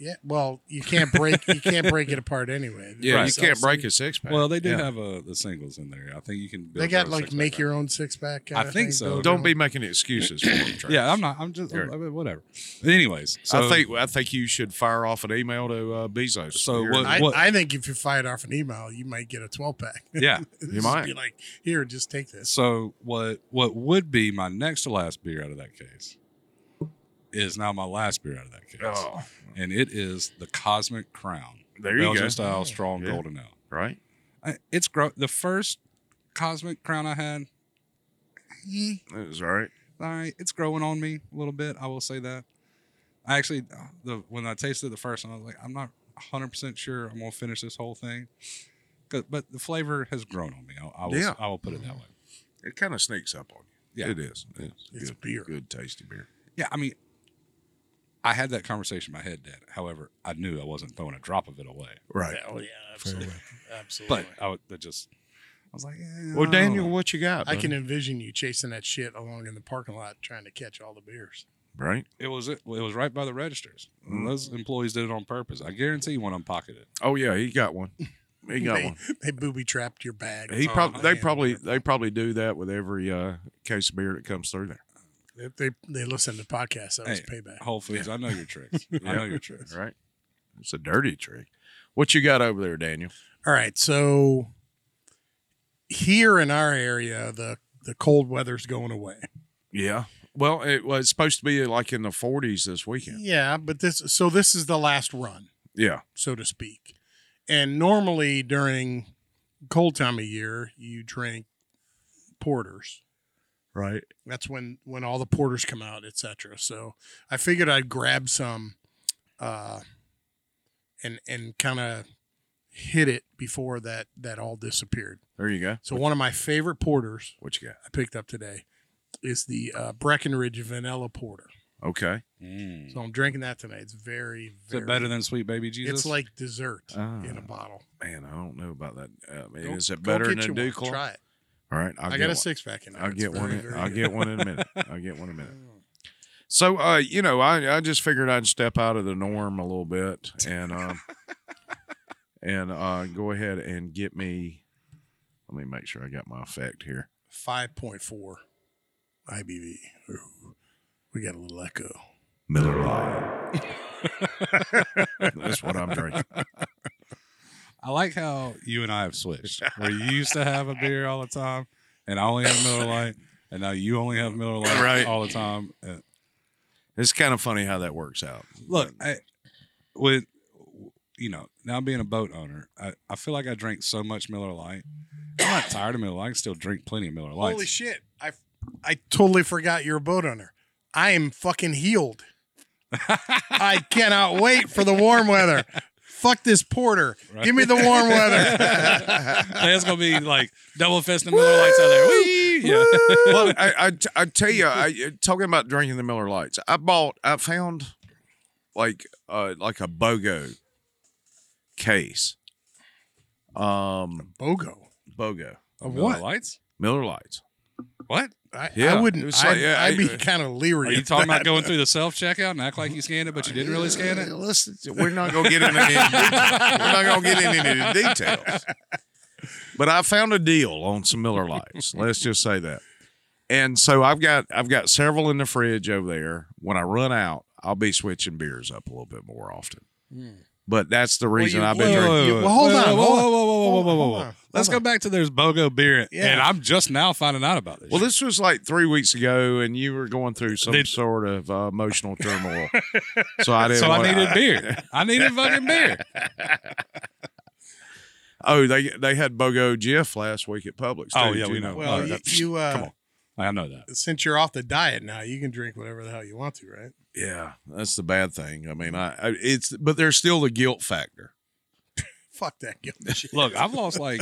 Yeah. Well, you can't break you can't break it apart anyway.
Yeah. You
Right.
can't
So-
break a six pack.
Well, they do
Yeah.
have uh, the singles in there. I think you can.
They
build
got
your
like
six-pack
make
back.
your own six pack.
I think so.
Don't be making excuses for them, Trav.
Yeah, I'm not. I'm just
Sure.
I mean, whatever. Anyways, so
I think I think you should fire off an email to uh, Bezos.
So
You're-
what-
I,
what-
I think if you fired off an email, you might get a twelve pack.
yeah.
You might.
be like, here, just take this.
So what what would be my next to last beer out of that case is now my last beer out of that case,
Oh,
and it is the Cosmic Crown.
there you
Belgian
go. Oh,
style strong
Yeah.
golden ale.
Right?
I- It's gro- the first Cosmic Crown I had. eh,
It was all right.
all right, it's growing on me a little bit. I will say that. I actually, the when I tasted it the first time, I was like, I'm not 100 percent sure I'm gonna finish this whole thing, 'Cause- but the flavor has grown on me. I, I will,
Yeah.
I will put it that way.
It kind of sneaks up on you.
Yeah.
It is. It's,
It's
good,
beer.
Good tasty beer.
Yeah, I mean, I had that conversation in my head, Dad. However, I knew I wasn't throwing a drop of it away.
Right.
Oh yeah, absolutely, absolutely.
But I, would, I just, I was like, eh,
Well,
I don't
Daniel,
know.
what you got?
I
bud?
can envision you chasing that shit along in the parking lot trying to catch all the beers.
Right.
it was it, was right by the registers. And Those employees did it on purpose. I guarantee one of them pocketed.
Oh yeah, he got one. He got
they,
one.
They booby trapped your bag.
He
Oh,
probably they
man.
probably they probably do that with every uh, case of beer that comes through there.
They, they, they listen to podcasts. That was
Hey,
payback.
Whole Foods, I know your tricks. I know your tricks.
Right. It's a dirty trick. What you got over there, Daniel?
All right, so here in our area, the the cold weather's going away.
Yeah. Well, it was supposed to be uh, like in the 40s this
Yeah.
weekend.
but this so this is the last run,
Yeah.
so to speak. And normally during cold time of year, you drink porters.
Right.
That's when when all the porters come out, etc. So I figured I'd grab some, uh, and and kind of hit it before that that all disappeared.
There you go.
So one of my favorite porters
What you got?
I picked up today is the uh, Breckenridge Vanilla Porter.
Okay.
Mm.
So I'm drinking that tonight. It's very,
Is
very.
it better than Sweet Baby
It's
Jesus?
like dessert
Ah.
in a bottle.
Man, I don't know about that. Uh, man,
Go-
is it
go
better
get
than a
you one.
Duke? All
Try it.
right. I'll
i
get
got a
one.
six pack in.
I'll
It's
get one.
very,
In,
very
I'll
good.
get one in a minute. I'll get one in a minute. So, uh, you know, I, I just figured I'd step out of the norm a little bit and um, and uh, go ahead and get me. Let me make sure I got my effect here.
Five point four IBV. Ooh, we got a little echo.
Miller Lite. That's what I'm drinking.
I like how you and I have switched. Where you used to have a beer all the time, and I only have Miller Lite, and now you only have Miller Lite
Right.
all the time. And
It's kind of funny how that works out.
look, I, with you know now being a boat owner, I, I feel like I drink so much Miller Lite. I'm not tired of Miller Lite. I can still drink plenty of Miller Lights.
Holy shit! I I totally forgot you're a boat owner. I am fucking healed. I cannot wait for the warm weather. Fuck this porter.
Right.
Give me the warm weather.
That's gonna be like double fisting Miller Lights out there. Whee! Yeah.
well, I, I, I tell you, I, uh, talking about drinking the Miller Lights, I bought, I found like uh, like a BOGO case. Um,
Bogo.
BOGO
Of
Miller
what?
Lights?
Miller Lights.
What?
I,
Yeah,
I
it
wouldn't.
was
I,
like- yeah,
I'd be
I-
kind of leery.
Are you
of
talking
that.
about going through the self checkout and act like you scanned it, but you didn't really scan it?
Listen, we're not gonna get into any. we're not gonna get into any details. But I found a deal on some Miller Lights. Let's just say that. And so I've got I've got several in the fridge over there. When I run out, I'll be switching beers up a little bit more often.
Hmm.
But that's the reason
you
I've been
will.
drinking.
wait, well, hold on, hold
Whoa, whoa,
on.
whoa, whoa, whoa,
Hold
whoa,
on,
whoa,
hold
whoa.
on,
Let's go
hold
back to there's BOGO beer,
Yeah.
and I'm just now finding out about this.
Well,
shit.
this was like three weeks ago, and you were going through some
Did-
sort of uh, emotional turmoil. so I didn't.
so I
wanna-
needed beer. I needed fucking beer.
oh, they they had Bogo Jeff last week at Publix.
Oh,
too.
yeah,
Did
we
you
know.
Well,
All
you,
right.
you uh,
Come on. I know that.
since you're off the diet now, you can drink whatever the hell you want to, right?
Yeah, that's the bad thing. I mean, I, I it's but there's still the guilt factor.
Fuck that guilt shit.
Look, I've lost like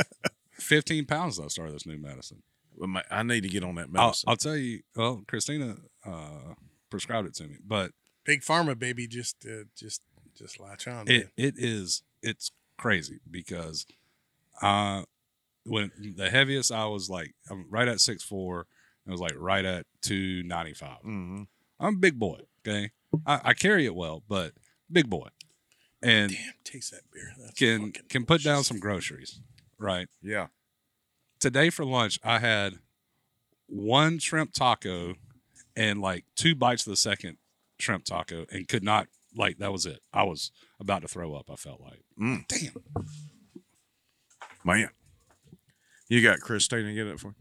15 pounds since I started this new medicine.
But my- I need to get on that
I'll,
medicine.
I'll tell you. Well, Christina uh, prescribed it to me, but
Big pharma, baby. Just, uh, just, just latch on.
it
man.
it is it's crazy because uh when the heaviest I was like I'm right at six four and was like right at two ninety five.
Mhm.
I'm a big boy. Okay, I, I carry it well, but big boy, and
Damn, taste that beer. That's
can
fucking
can put down
delicious.
some groceries. Right
Yeah,
today for lunch, I had one shrimp taco and like two bites of the second shrimp taco, and could not like that was it. I was about to throw up. I felt like
Mm.
damn.
man, you got Christina to get it for?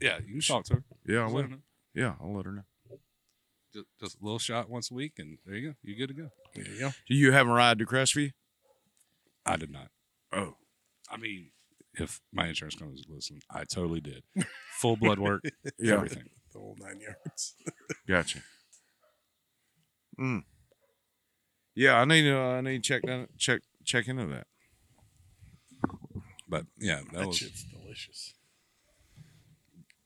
Yeah, you can talk to her.
You? Yeah, I
Just
will.
let her know.
Yeah, I'll let her know.
Just, just a little shot once a week, and there you go. You good to go.
There you go.
Do you have a ride to Crestview?
I did not.
Oh,
I mean, if my insurance company was listening, I totally did. Full blood work,
yeah,
everything.
The whole nine yards.
gotcha. Mm. Yeah, I need to. I need to check that. Check check into that.
But yeah, that
That
was
shit's delicious.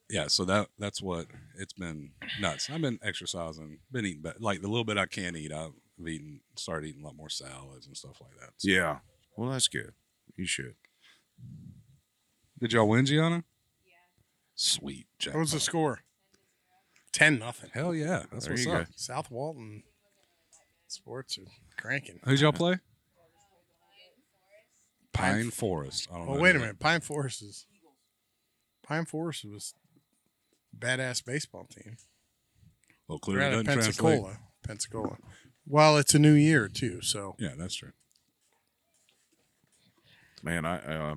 yeah, so that that's what it's been nuts. I've been exercising, been eating, but like the little bit I can eat, I've eaten, started eating a lot more salads and stuff like that. So-
Yeah. Well, that's good. You should.
Did y'all win, Gianna? Sweet.
What was the
jackpot.
score? Ten nothing.
Hell yeah, that's
There
what's
you go.
up.
South Walton sports are cranking.
Who'd y'all play? Pine Forest. I don't
Well,
know
Oh, wait a
who-
minute. Pine Forest is Pine Forest was badass baseball team.
Well,
They're
clearly
out
doesn't
of
translate.
Pensacola, Pensacola. Well, it's a new year too, so
Yeah, that's true.
Man, I uh,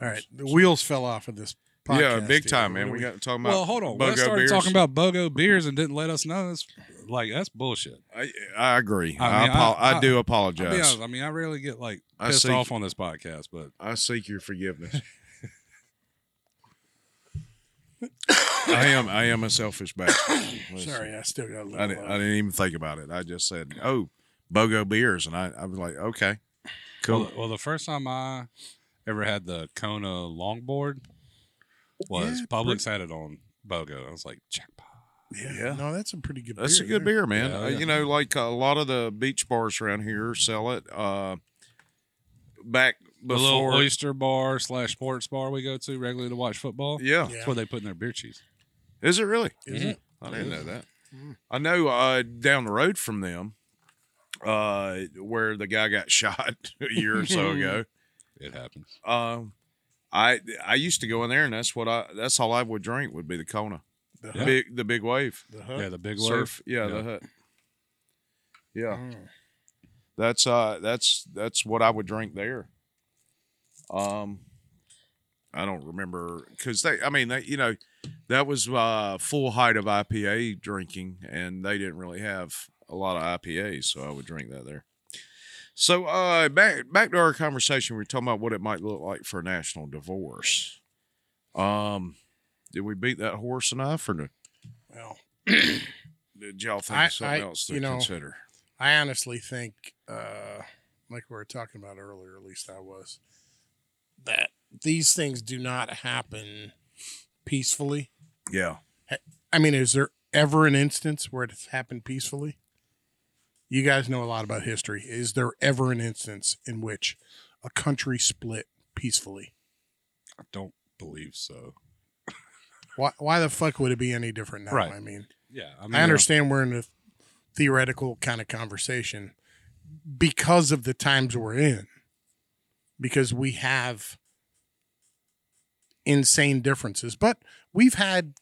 all right. The wheels fell off of this. Podcast
yeah, big
here.
time,
What
man.
do
We got to talk about.
Well, hold on. When I
Bogo
started
beers.
talking about Bogo beers and didn't let us know, that's like that's bullshit.
I, I agree. I,
I mean,
apo-
I-
I,
I-
do
I'll be
apologize.
honest. I mean, I rarely get like
I
pissed
see.
off on this podcast, but
I seek your forgiveness. I am. I am a selfish bastard.
Sorry, I still got a little.
I didn't,
left.
I didn't even think about it. I just said, "Oh, Bogo beers," and I, I was like, "Okay,
well,
cool."
the- well, the first time I ever had the Kona longboard was Publix had it on Bogo. I was like, jackpot.
yeah. No, that's a pretty good.
That's
beer
a good
there.
beer, man.
Yeah,
Uh,
yeah.
You know, like a lot of the beach bars around here sell it. Uh, back
The little
before,
oyster bar slash sports bar we go to regularly to watch football.
yeah.
Yeah.
That's what they put in their beer cheese.
Is it really?
Is it?
I didn't know that.
Hmm.
I know uh, down the road from them, uh, where the guy got shot a year or so ago.
It happens.
Um, I I used to go in there, and that's what I that's all I would drink would be the Kona,
The
Yeah.
big the big wave,
The hut.
Yeah, the big
surf, yeah,
Yeah.
the hut. Yeah,
Mm.
that's uh that's that's what I would drink there. Um, I don't remember because they I mean they you know that was uh full height of IPA drinking, and they didn't really have a lot of IPAs, so I would drink that there. So uh, back back to our conversation, we were talking about what it might look like for a national divorce. Um, did we beat that horse enough, or no-
Well,
did y'all think
I-
of something
I-
else to
you know,
consider?
I honestly think, uh, like we were talking about earlier, at least I was, that these things do not happen peacefully.
Yeah,
I mean, is there ever an instance where it's happened peacefully? You guys know a lot about history. Is there ever an instance in which a country split peacefully?
I don't believe so.
Why, why the fuck would it be any different now?
Right.
I mean,
Yeah, I,
I understand we're in a theoretical kind of conversation because of the times we're in, because we have insane differences, but we've had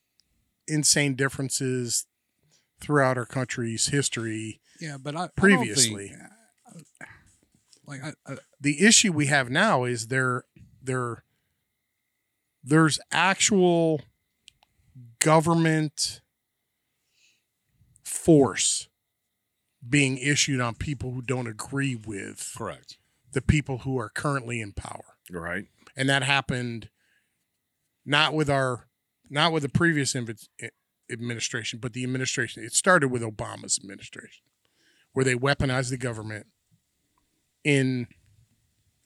insane differences throughout our country's history.
Yeah, but I
Previously.
I don't think- like I, I,
The issue we have now is there, there, there's actual government force being issued on people who don't agree with
correct.
the people who are currently in power.
right.
And that happened not with our not with the previous invi- eh, administration, but the administration. It started with Obama's administration where they weaponized the government in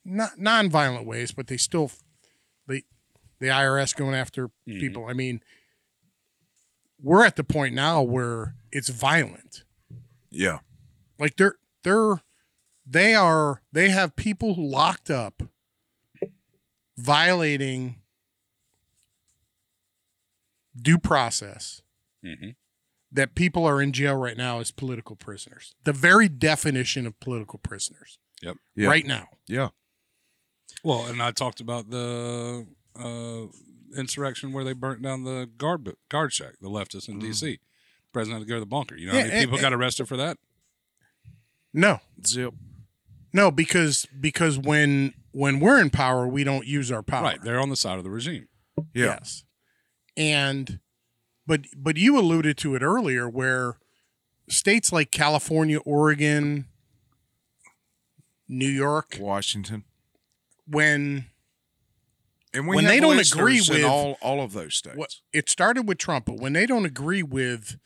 not nonviolent ways, but they still the the IRS going after people. I mean, we're at the point now where it's violent
Yeah,
like they're they're they are they have people locked up violating due process
Mhm.
that people are in jail right now as political prisoners the very definition of political prisoners
yeah,
right now
Yeah,
Well, and I talked about the uh, insurrection where they burnt down the guard bu- guard shack, the leftists in D.C. president had to go to the bunker. You know, how
Mm-hmm. Yeah,
many
and-
people got arrested for that.
no
zip.
no because because when when we're in power we don't use our power
Right, they're on the side of the regime.
Yeah.
Yes. And but but you alluded to it earlier where states like California, Oregon, New York
Washington.
when
And we
When
have
they don't
listeners
agree
in
with-
all, all of those states.
what it started with Trump, but when they don't agree with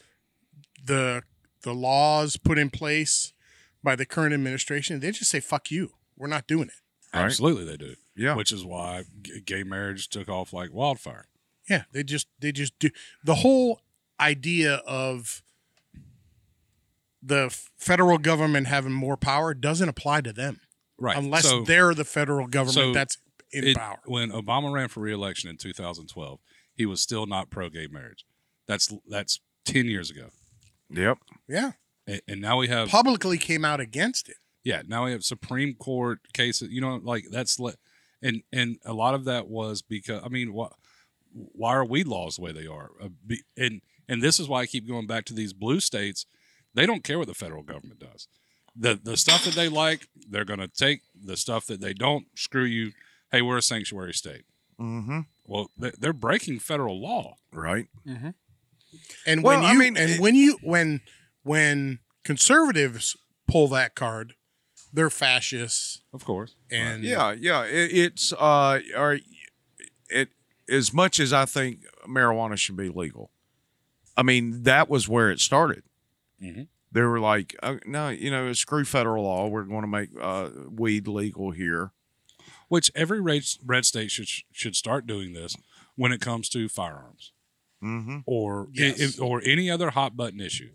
the the laws put in place by the current administration, they just say fuck you. We're not doing it.
Right.
Absolutely, they do.
Yeah.
which is why g- gay marriage took off like wildfire.
Yeah, they just they just do the whole idea of the federal government having more power doesn't apply to them
Right.
unless
So-
they're the federal government
so
that's in
it-
power.
When Obama ran for reelection in 2012, he was still not pro gay marriage. That's that's 10 years ago.
Yep.
Yeah,
And, and now we have
publicly came out against it.
yeah, now we have Supreme Court cases, you know, like that's le- and and a lot of that was because I mean, why why are weed laws the way they are? Uh, be- And and this is why I keep going back to these blue states. They don't care what the federal government does. The the stuff that they like, they're going to take. The stuff that they don't, screw you. Hey, we're a sanctuary state.
Mm-hmm.
Well, they- they're breaking federal law.
Right.
And
Well,
when
I
you
mean,
and
it-
when you when when conservatives pull that card, they're fascists
Of course.
and
Yeah. Yeah. It, it's uh, are it as much as I think marijuana should be legal. I mean, that was where it started.
Mhm.
They were like, uh, no, you know, screw federal law. We're going to make uh, weed legal here.
Which every red, red state should should start doing this when it comes to firearms
Mm-hmm.
or
Yes.
i- i- or any other hot button issue.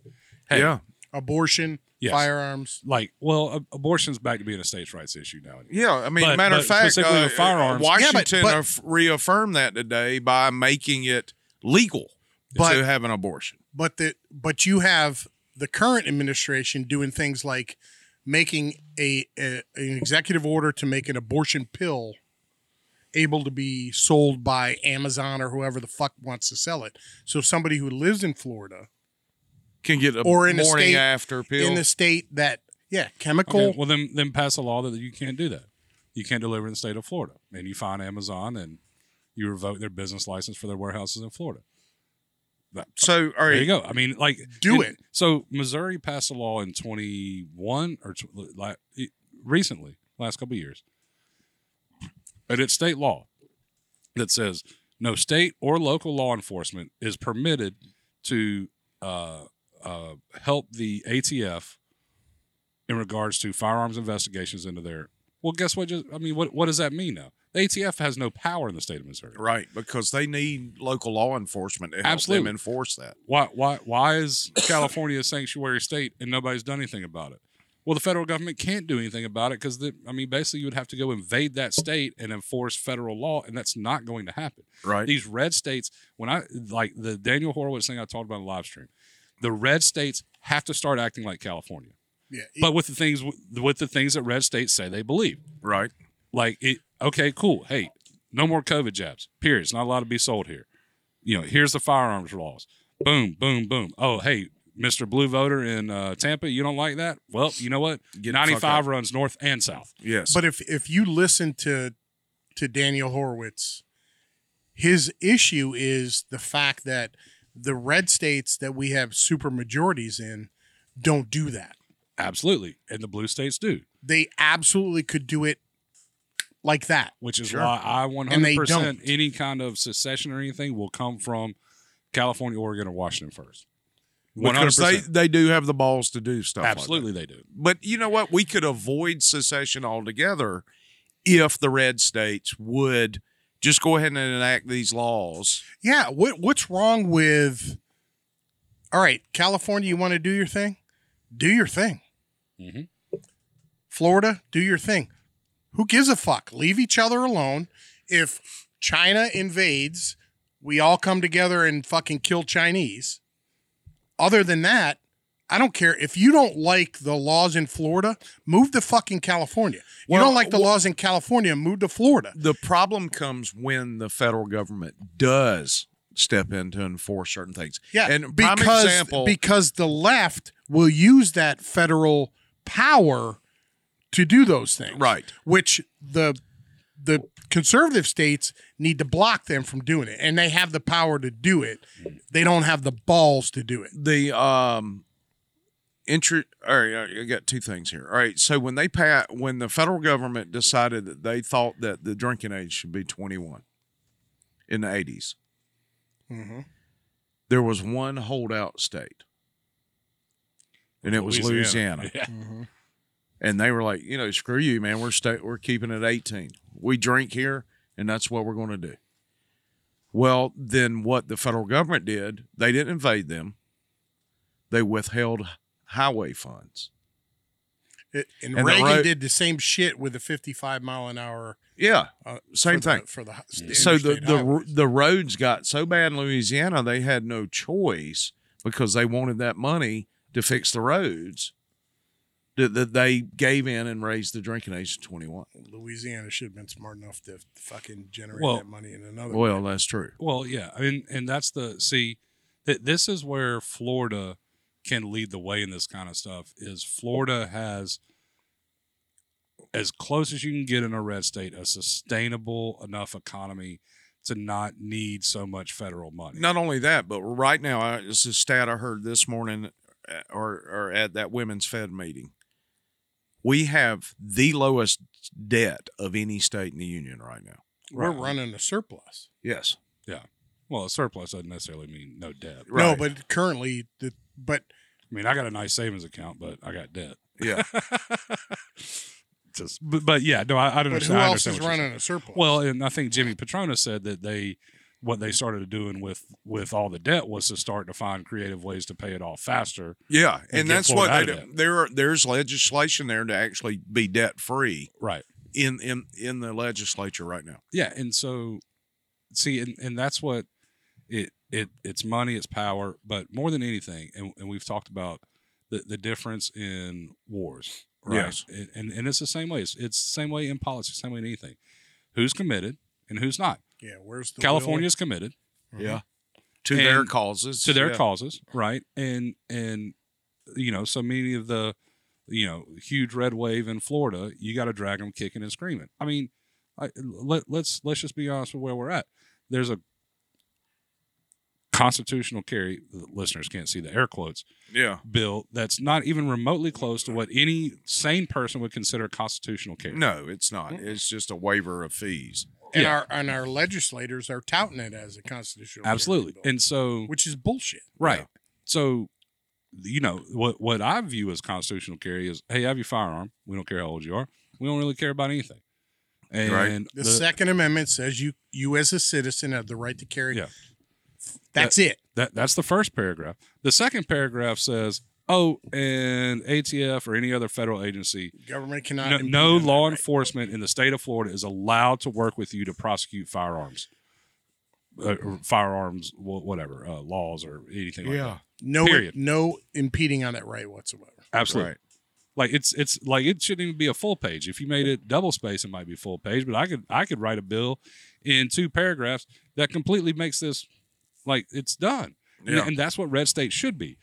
Yeah.
abortion,
Yes.
firearms.
Like, well, ab- abortion's back to being a states' rights issue now.
Yeah, I mean,
But-
matter
but
of fact,
specifically
uh,
with firearms-
Washington
Yeah, but- but-
aff- reaffirmed that today by making it legal
But-
to have an abortion.
but the but you have the current administration doing things like making a, a an executive order to make an abortion pill able to be sold by Amazon or whoever the fuck wants to sell it. So somebody who lives in Florida
Can get a
Or in a
morning
state-
after pill.
in the state that yeah, chemical
Okay, well, then then pass a law that you can't do that. You can't deliver in the state of Florida, and you fine Amazon and you revoke their business license for their warehouses in Florida.
so, all
There
right,
you go. I mean, like,
Do
and- So Missouri passed a law in 21 or tw- like it- recently, last couple of years, and it's state law that says no state or local law enforcement is permitted to uh, uh, help the ATF in regards to firearms investigations into their. Well, guess what? Just I mean, what what does that mean now? The ATF has no power in the state of Missouri.
right, because they need local law enforcement to help
Absolutely.
them enforce that.
why why why is California a sanctuary state and nobody's done anything about it? Well, the federal government can't do anything about it because I mean, basically, you would have to go invade that state and enforce federal law, and that's not going to happen.
Right.
These red states, when I like the Daniel Horowitz thing I talked about in the live stream, the red states have to start acting like California,
yeah,
but with the things with the things that red states say they believe.
Right.
Like it. Okay, cool. Hey, no more COVID jabs. Period. It's not allowed to be sold here. You know, here's the firearms laws. Boom, boom, boom. Oh, hey, Mister Blue Voter in uh, Tampa, you don't like that? Well, you know what?
Get the fuck
Ninety-five
out.
runs north and south.
Yes.
But if if you listen to to Daniel Horowitz, his issue is the fact that the red states that we have super majorities in don't do that.
Absolutely, and the blue states do,
They absolutely could do it like that.
which is
Sure.
why I one
And
hundred
they don't.
percent any kind of secession or anything will come from California, Oregon, or Washington first. One hundred
because they,
percent.
they do have the balls to do stuff. like that.
Absolutely, they do.
But you know what? We could avoid secession altogether if the red states would just go ahead and enact these laws.
Yeah, what what's wrong with All right, California, you want to do your thing? Do your thing.
Mhm.
Florida, do your thing. Who gives a fuck? Leave each other alone. If China invades, we all come together and fucking kill Chinese. Other than that, I don't care. If you don't like the laws in Florida, move to fucking California. you
Well,
don't like the laws in California, move to Florida.
The problem comes when the federal government does step in to enforce certain things.
Yeah,
and prime
because
example,
because the left will use that federal power to do those things,
Right.
Which the the conservative states need to block them from doing it, and they have the power to do it. They don't have the balls to do it.
the um, intro. All right, I got two things here. All right, so when they pat, when the federal government decided that they thought that the drinking age should be twenty one in the 80s There was one holdout state, and it was Louisiana.
Yeah.
and they were like, you know, screw you, man. We're sta- we're keeping it 18. We drink here, and that's what we're going to do. Well, then what the federal government did, they didn't invade them. They withheld highway funds.
It, and,
And the
Reagan
road-
did the same shit with the 55 mile an hour.
Yeah,
Uh,
same
for the-
thing.
for the
so the the, r- the roads got so bad in Louisiana they had no choice because they wanted that money to fix the roads that, that they gave in and raised the drinking age to 21.
Louisiana should have been smart enough to fucking generate
Well-
that money in another. way.
Well, that's true.
Well, yeah, and and that's the see that this is where Florida can lead the way in this kind of stuff. Is Florida has as close as you can get in a red state a sustainable enough economy to not need so much federal money.
Not only that, but right now, I- it's a stat I heard this morning uh, or, or at that Women's Fed meeting. We have the lowest debt of any state in the union right now.
we're
Right.
running a surplus.
Yes.
Well, a surplus doesn't necessarily mean no debt.
No,
Right.
but currently, the, but
I mean, I got a nice savings account, but I got debt.
Yeah.
Just, but, but yeah, no, I, I don't
but who
understand. I
else
understand
is
what you're saying.
running a surplus?
Well, and I think Jimmy Petrona said that they what they started doing with with all the debt was to start to find creative ways to pay it off faster.
Yeah,
and
and,
get
that's
pulled
what
out
they
of
do. there are, there's legislation there to actually be debt free
Right.
in in in the legislature right now.
Yeah, and so see and, and that's what it it it's money, it's power, but more than anything, and, and we've talked about the, the difference in wars. Right.
Yes.
And, and and it's the same way. It's, it's the same way in politics, same way in anything. Who's committed and who's not?
yeah, where's the
California's committed.
will? Mhm.
to their
And
causes.
to their
yeah.
causes, right? And and you know, so many of the you know huge red wave in Florida, you got to drag them kicking and screaming. I mean, I, let let's let's just be honest with where we're at. There's a constitutional carry. The listeners can't see the air quotes
Yeah,
bill that's not even remotely close to what any sane person would consider constitutional carry.
no, it's not. It's just a waiver of fees.
and
Yeah.
our and our legislators are touting it as a constitutional carry
Absolutely,
bill,
and so
which is bullshit.
Right. So, you know what what I view as constitutional carry is, hey, have your firearm. We don't care how old you are. We don't really care about anything. And
Right.
The,
the-
Second Amendment says you you as a citizen have the right to carry.
Yeah.
That's it.
that that's the first paragraph. The second paragraph says, oh, and ATF or any other federal agency,
Government cannot.
no,
impede
no
on that
law
right.
enforcement in the state of Florida is allowed to work with you to prosecute firearms, uh, or firearms, wha- whatever uh, laws or anything like that.
No,
period.
no impeding on that right whatsoever.
Absolutely.
Right.
Like it's it's like it shouldn't even be a full page. If you made it double space, it might be full page. But I could I could write a bill in two paragraphs that completely makes this like it's done. And-
Yeah.
And, that's what red state should be.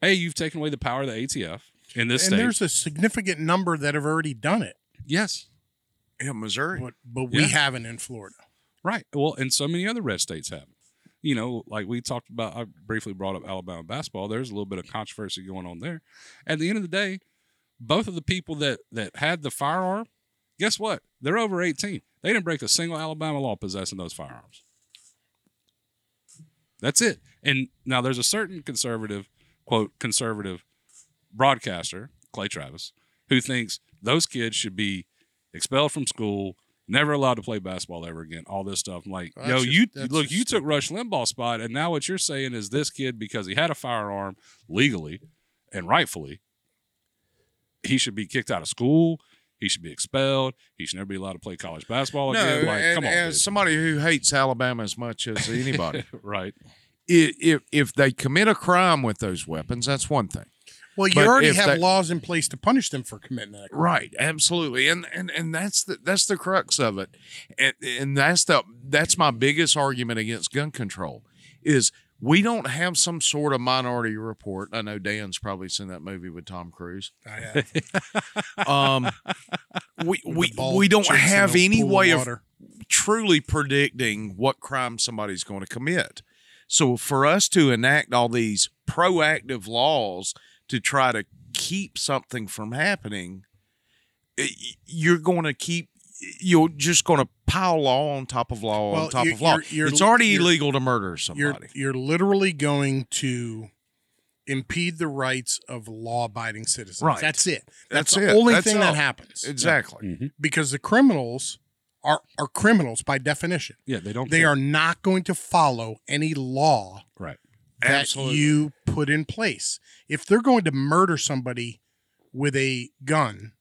Hey, you've taken away the power of the ATF in this
and
state.
there's a significant number that have already done it,
Yes.
Yeah, Missouri.
but but
Yeah.
we haven't in Florida.
Right. Well, and so many other red states have. it. You know, like we talked about, I briefly brought up Alabama basketball. There's a little bit of controversy going on there. At the end of the day, both of the people that that had the firearm, guess what? They're over 18. They didn't break a single Alabama law possessing those firearms. That's it. And now there's a certain conservative, quote, conservative broadcaster, Clay Travis, who thinks those kids should be expelled from school, never allowed to play basketball ever again, all this stuff. I'm like,
Well,
yo,
that's just-
you
that's
look,
just
you took Rush Limbaugh's spot, and now what you're saying is this kid, because he had a firearm legally and rightfully, he should be kicked out of school. He should be expelled. He should never be allowed to play college basketball
No,
again. Like,
and,
come on,
and
dude.
somebody who hates Alabama as much as anybody,
right?
i- if if they commit a crime with those weapons, that's one thing.
Well, you
But
already
if
have
that-
laws in place to punish them for committing that.
Right, absolutely, and and and that's the that's the crux of it, and and that's the that's my biggest argument against gun control is we don't have some sort of minority report. I know Dan's probably seen that movie with Tom Cruise.
I have.
Um, we
With
we
the bald
we don't
chicks in
have
the
any
pool
way of
water.
truly predicting what crime somebody's going to commit. So for us to enact all these proactive laws to try to keep something from happening, i- you're going to keep you're just going to pile law on top of law
Well,
on top
you-
of law.
you're- you're-
it's already
you're-
illegal to murder
you're
somebody.
you're literally going to impede the rights of law-abiding citizens.
Right.
That's it. That's,
That's
the
it.
only
That's
thing
all.
that happens
Exactly.
because the criminals are are criminals by definition.
Yeah, they don't.
They
care.
are not going to follow any law
right.
that
Absolutely.
you put in place. If they're going to murder somebody with a gun,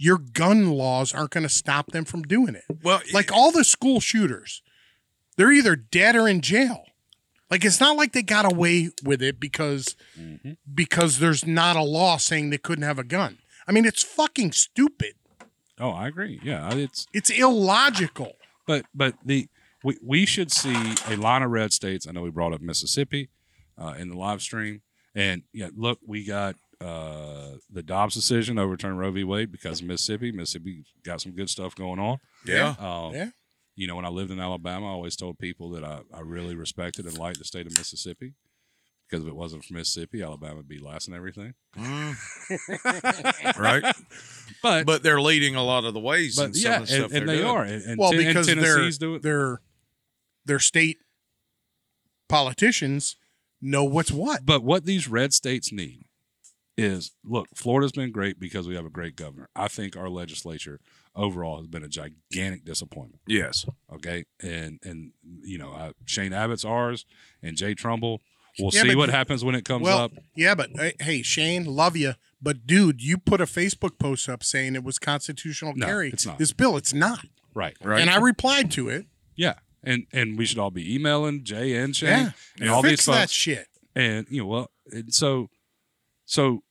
your gun laws aren't going to stop them from doing it.
Well,
Mm. Like all the school shooters, they're either dead or in jail. Like it's not like they got away with it because
Mm-hmm.
because there's not a law saying they couldn't have a gun. I mean, it's fucking stupid.
Oh, I agree. Yeah, it's
It's illogical.
But but the we, we should see a line of red states. I know we brought up Mississippi uh, in the live stream, and yeah, look, we got uh, the Dobbs decision overturned Roe v. Wade because of Mississippi. Mississippi got some good stuff going on.
yeah.
Um,
Yeah.
You know, when I lived in Alabama, I always told people that I, I really respected and liked the state of Mississippi because if it wasn't for Mississippi, Alabama would be last in everything.
Mm. right.
But,
But they're leading a lot of the ways.
but
in some
yeah,
of the
and,
stuff
and
they're
they
doing.
are. And, and
well,
Ten- and
because their,
Tennessee's doing
their their state politicians know what's what.
But what these red states need is look, Florida's been great because we have a great governor. I think our legislature overall has been a gigantic disappointment.
Yes.
Okay. And, and, you know, uh, Shane Abbott's ours and Jay Trumbull. We'll
Yeah,
see
but-
what happens when it comes
well,
up.
yeah, but hey- hey, Shane, love you, but dude, you put a Facebook post up saying it was constitutional
No,
carry.
it's not.
This bill, it's not.
Right.
Right.
And I replied to it.
Yeah. And, and we should all be emailing Jay and Shane
Yeah.
and all
Fix
these
that
folks.
shit.
and you know well and so so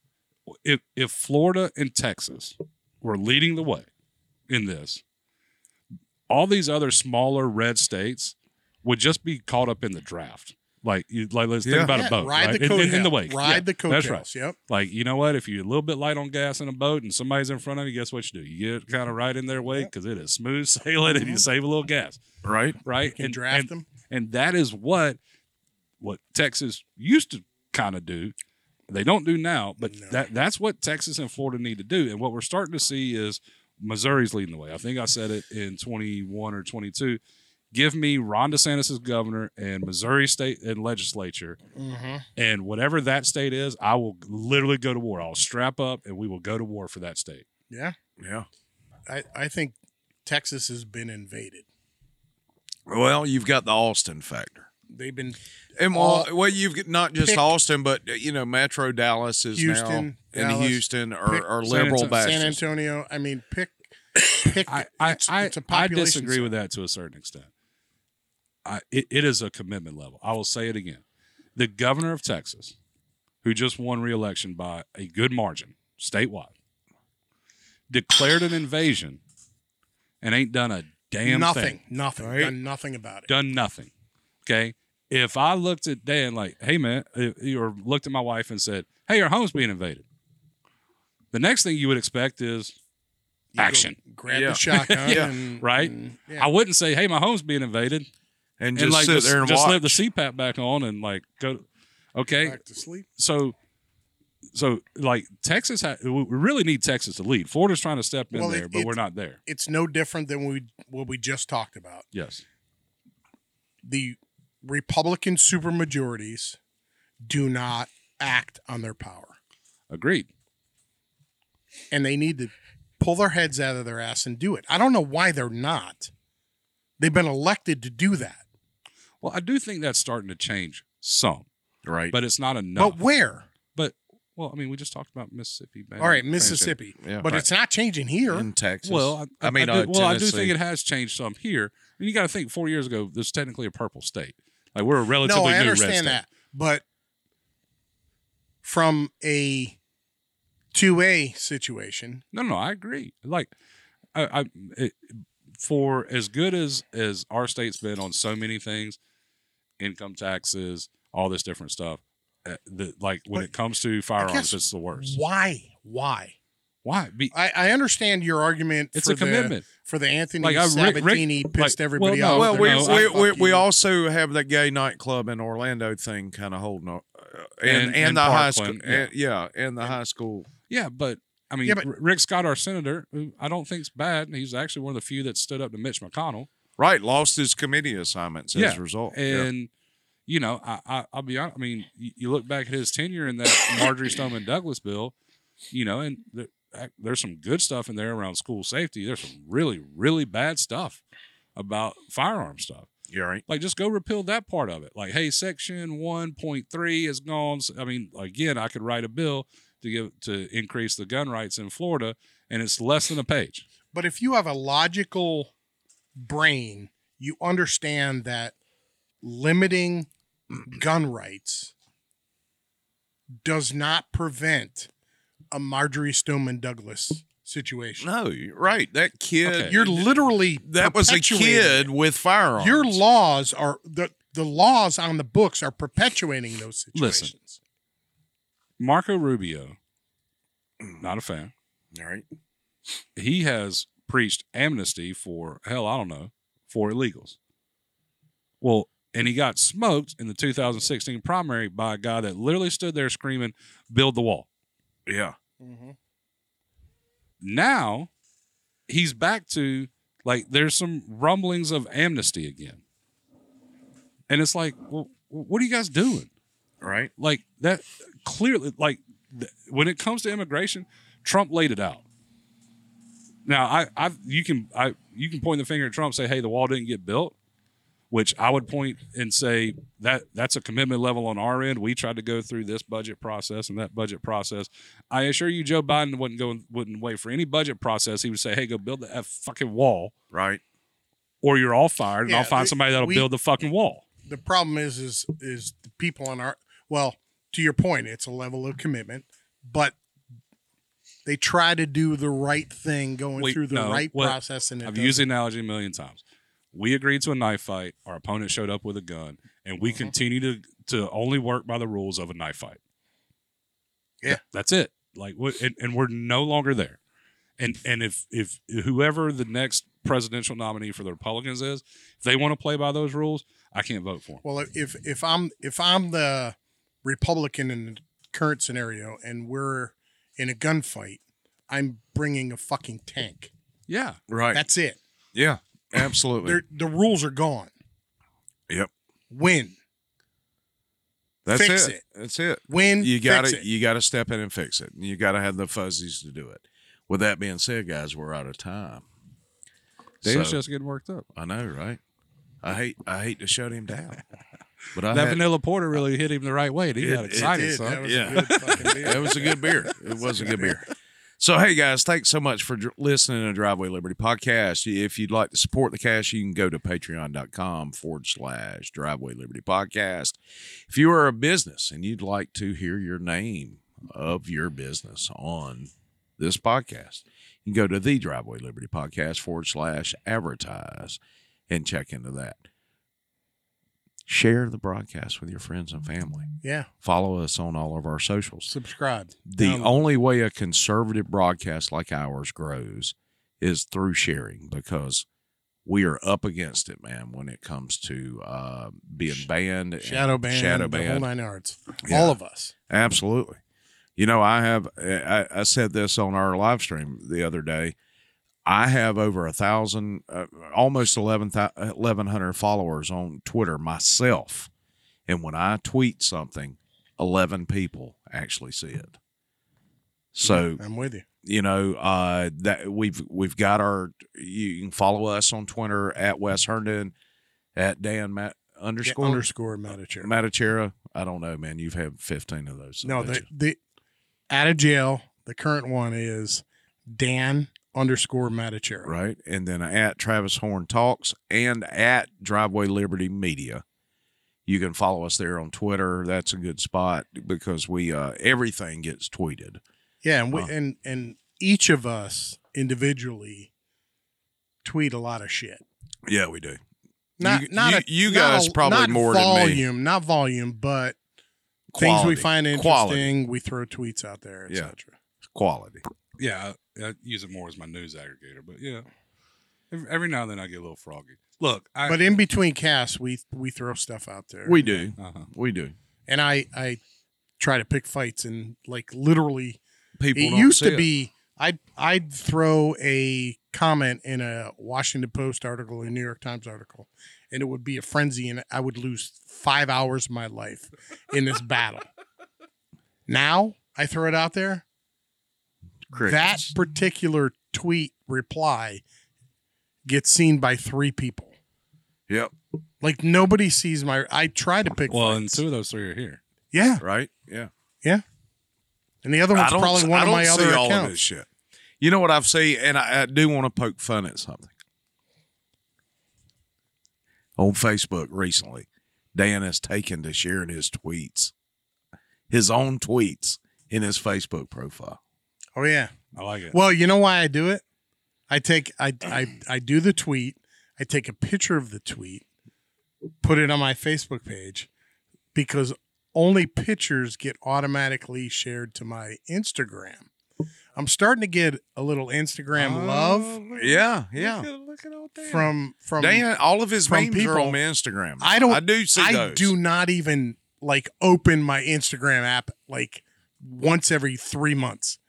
if if florida and texas were leading the way in this all these other smaller red states would just be caught up in the draft like you like let's think
Yeah.
about
Yeah,
a boat
ride
right?
the
in, in- in the
coattail.
wake
Ride
Yeah,
the
that's right
coattails, yep.
like you know what if you're a little bit light on gas in a boat and somebody's in front of you guess what you do you get kind of right in their wake because it is smooth sailing and you save a little gas
Right.
right
Mm-hmm. can draft
and,
them.
and that is what what texas used to kind of do they don't do now but that that's what texas and florida need to do and what we're starting to see is missouri's leading the way i think i said it in 21 or 22 give me ron desantis as governor and missouri state and legislature and whatever that state is i will literally go to war i'll strap up and we will go to war for that state
Yeah.
Yeah.
I, I think Texas has been invaded.
Well, you've got the Austin factor.
They've been
And well,
All-
well, you've got not just
pick-
Austin, but uh, you know, Metro Dallas is
Houston,
now and
Dallas,
Houston are,
pick-
are
San
liberal
Antonio- San
bastards.
San Antonio. I mean, pick pick
I, I,
it's,
I,
it's a
I
population.
disagree with that to a certain extent. I, it, it is a commitment level. I will say it again. The governor of Texas, who just won reelection by a good margin statewide, declared an invasion and ain't done a damn
nothing.
thing.
Nothing.
Right?
Done nothing about it.
Done nothing. Okay. If I looked at Dan like, hey, man, eh, or looked at my wife and said, hey, our home's being invaded, the next thing you would expect is
You go
action.
Grab
Yeah.
the shotgun.
Yeah.
and,
right?
and- Mm-hmm. yeah.
I wouldn't say, "Hey, my home's being invaded,"
And
and,
just
like
sit
just,
there and
just
watch.
slip the CPAP back on and like go. Okay,
back to sleep.
so so like Texas, ha- we we really need Texas to lead. Florida's trying to step in
Well, it-
there, but
it-
we're not there.
It's no different than we what we just talked about.
Yes,
The Republican supermajorities do not act on their power,
agreed.
and they need to pull their heads out of their ass and do it. I don't know why they're not. They've been elected to do that,
Well, I do think that's starting to change some,
right.
but it's not enough.
but where?
But well, I mean, we just talked about Mississippi. man.
All right, Mississippi,
Yeah.
but
Right.
it's not changing here.
in Texas.
Well, I, I
mean,
mean,
uh,
well, I do
Tennessee.
think it has changed some here. I mean, you got to think four years ago, this is technically a purple state. Like we're a relatively
no,
new
I
red
understand
state.
that, but from a two A situation,
No, no, I agree. Like, I, I it, for as good as as our state's been on so many things, income taxes, all this different stuff. Uh, the like when
But
it comes to firearms,
guess-
it's the worst.
why? Why?
Why? Be,
I, I understand your argument.
it's
for
a commitment.
the, for the Anthony
Like, I- Rick- Rick-
Sabatini pissed
like,
everybody
well, no,
off.
well,
they're
we,
not-
we, we,
I
we also have that gay nightclub in Orlando thing kind of holding up, uh, and and,
And- and
the high school,
Parkland,
and, yeah, and the high school.
Yeah, but I mean,
Yeah, but-
R- Rick Scott, our senator, who I don't think's bad. He's actually one of the few that stood up to Mitch McConnell.
Right, lost his committee assignments
Yeah,
as a result. yeah.
And you know, I, I I'll be honest. I mean, you, you look back at his tenure in that Marjorie Stoneman Douglas bill, you know, and the, ac- there's some good stuff in there around school safety. There's some really really bad stuff about firearm stuff.
You all right?
Like, just go repeal that part of it. Like, hey, section one point three is gone. S- I mean, again, I could write a bill to give to increase the gun rights in Florida, and it's less than a page.
But if you have a logical brain, you understand that limiting gun rights does not prevent a Marjorie Stoneman Douglas situation.
No, you're right. That kid.
Okay.
You're literally
that was a
perpetuating
kid
it.
with firearms.
Your laws are the the laws on the books are perpetuating those
Listen.
situations.
Marco Rubio, not a fan.
All right.
He has preached amnesty for hell, I don't know, for illegals. Well, and he got smoked in the 2016 primary by a guy that literally stood there screaming, "Build the wall."
Yeah.
now he's back to like there's some rumblings of amnesty again and it's like well, what are you guys doing
All right.
like that clearly like th- when it comes to immigration trump laid it out now i i you can i you can point the finger at trump say hey the wall didn't get built which i would point and say that that's a commitment level on our end we tried to go through this budget process and that budget process i assure you joe biden wouldn't go wouldn't wait for any budget process he would say hey go build the F fucking wall
Right.
or you're all fired and
Yeah,
i'll find
we-
somebody that'll
we-
build the fucking wall
the problem is is is the people on our well to your point it's a level of commitment but they try to do the right thing going
Wait,
through the
no,
right
what-
process and it
I've
doesn't-
used the analogy a million times. We agreed to a knife fight. Our opponent showed up with a gun, and we continue to to only work by the rules of a knife fight.
Yeah.
Th- that's it. Like, what- and, and we're no longer there. And and if if whoever the next presidential nominee for the Republicans is, if they want to play by those rules, I can't vote for them.
well if if i'm if i'm the republican in the current scenario and we're in a gunfight i'm bringing a fucking tank
Yeah,
Right.
that's it
yeah. Absolutely.
They're, the rules are gone
Yep.
win
That's
fix
it.
it.
That's it.
win
You got
fix
to you got to step in and fix it. You got to have the fuzzies to do it. With that being said, guys, we're out of time.
Dave's
So-
just getting worked up.
I know, right? I hate I hate to shut him down, but I
that
had,
vanilla porter really hit him the right way. and He
It-
got
it
excited.
Dude,
son.
that was
Yeah.
a good fucking deal.
it was a good beer. It was a good beer. So, hey guys, thanks so much for dr- listening to Driveway Liberty Podcast. If you'd like to support the cash, you can go to patreon.com forward slash Driveway Liberty Podcast. If you are a business and you'd like to hear your name of your business on this podcast, you can go to the Driveway Liberty Podcast forward slash advertise and check into that. Share the broadcast with your friends and family.
yeah
Follow us on all of our socials.
subscribe
The
Download.
only way a conservative broadcast like ours grows is through sharing because we are up against it, man, when it comes to uh, being banned. and
shadow ban
Shadow
the whole
banned.
nine yards
Yeah.
all of us
Absolutely. You know, I have, I, I said this on our live stream the other day. I have over a thousand, uh, almost 11, 1,100 followers on Twitter myself. And when I tweet something, 11 people actually see it. So
I'm with you.
you know uh that we've we've got our you can follow us on twitter at wes herndon at dan Mat- underscore
Yeah, underscore Metachair.
Matachera. i don't know man you've had 15 of those so
no,
bet
the, the out of jail. The current one is Dan underscore
you-
Metachair.
right and then at travis horn talks and at driveway liberty media you can follow us there on twitter that's a good spot because we uh everything gets tweeted
Yeah, and we,
Wow.
and and each of us individually tweet a lot of shit.
yeah we do
Not
You-
not
you-
a-
you
not
guys
a-
probably
not
more than me.
volume, not volume, but things we
Quality.
find interesting,
Quality.
we throw tweets out there,
Yeah.
etc.
quality
yeah, I, I use it more as my news aggregator, but yeah, every, every now and then I get a little froggy. Look, I,
But in between casts, we we throw stuff out there.
we do
uh-huh.
we do
and I I try to pick fights and like literally
people
it
don't
used
see
to be I'd I'd throw a comment in a Washington Post article, a New York Times article, and it would be a frenzy, and I would lose five hours of my life in this battle. Now I throw it out there, that
crickets.
particular tweet reply gets seen by three people.
yep.
Like nobody sees my. I try to pick.
Well, and
friends.
two of those three are here.
yeah,
Right. Yeah.
and the other one's probably one of my other
all of
accounts.
this shit. You know what I've seen, and I, I do want to poke fun at something on Facebook recently. Dan has taken to sharing his tweets, his own tweets in his Facebook profile.
Oh yeah.
I like it.
Well, you know why I do it? I take I I I do the tweet. I take a picture of the tweet, put it on my Facebook page, because only pictures get automatically shared to my Instagram. I'm starting to get a little
Oh,
Instagram love
Oh, Yeah, yeah.
from from
Dan, all of his
From
memes are
people-
on my Instagram.
I don't
I do see
I
those.
do not even like open my Instagram app like once every 3 months.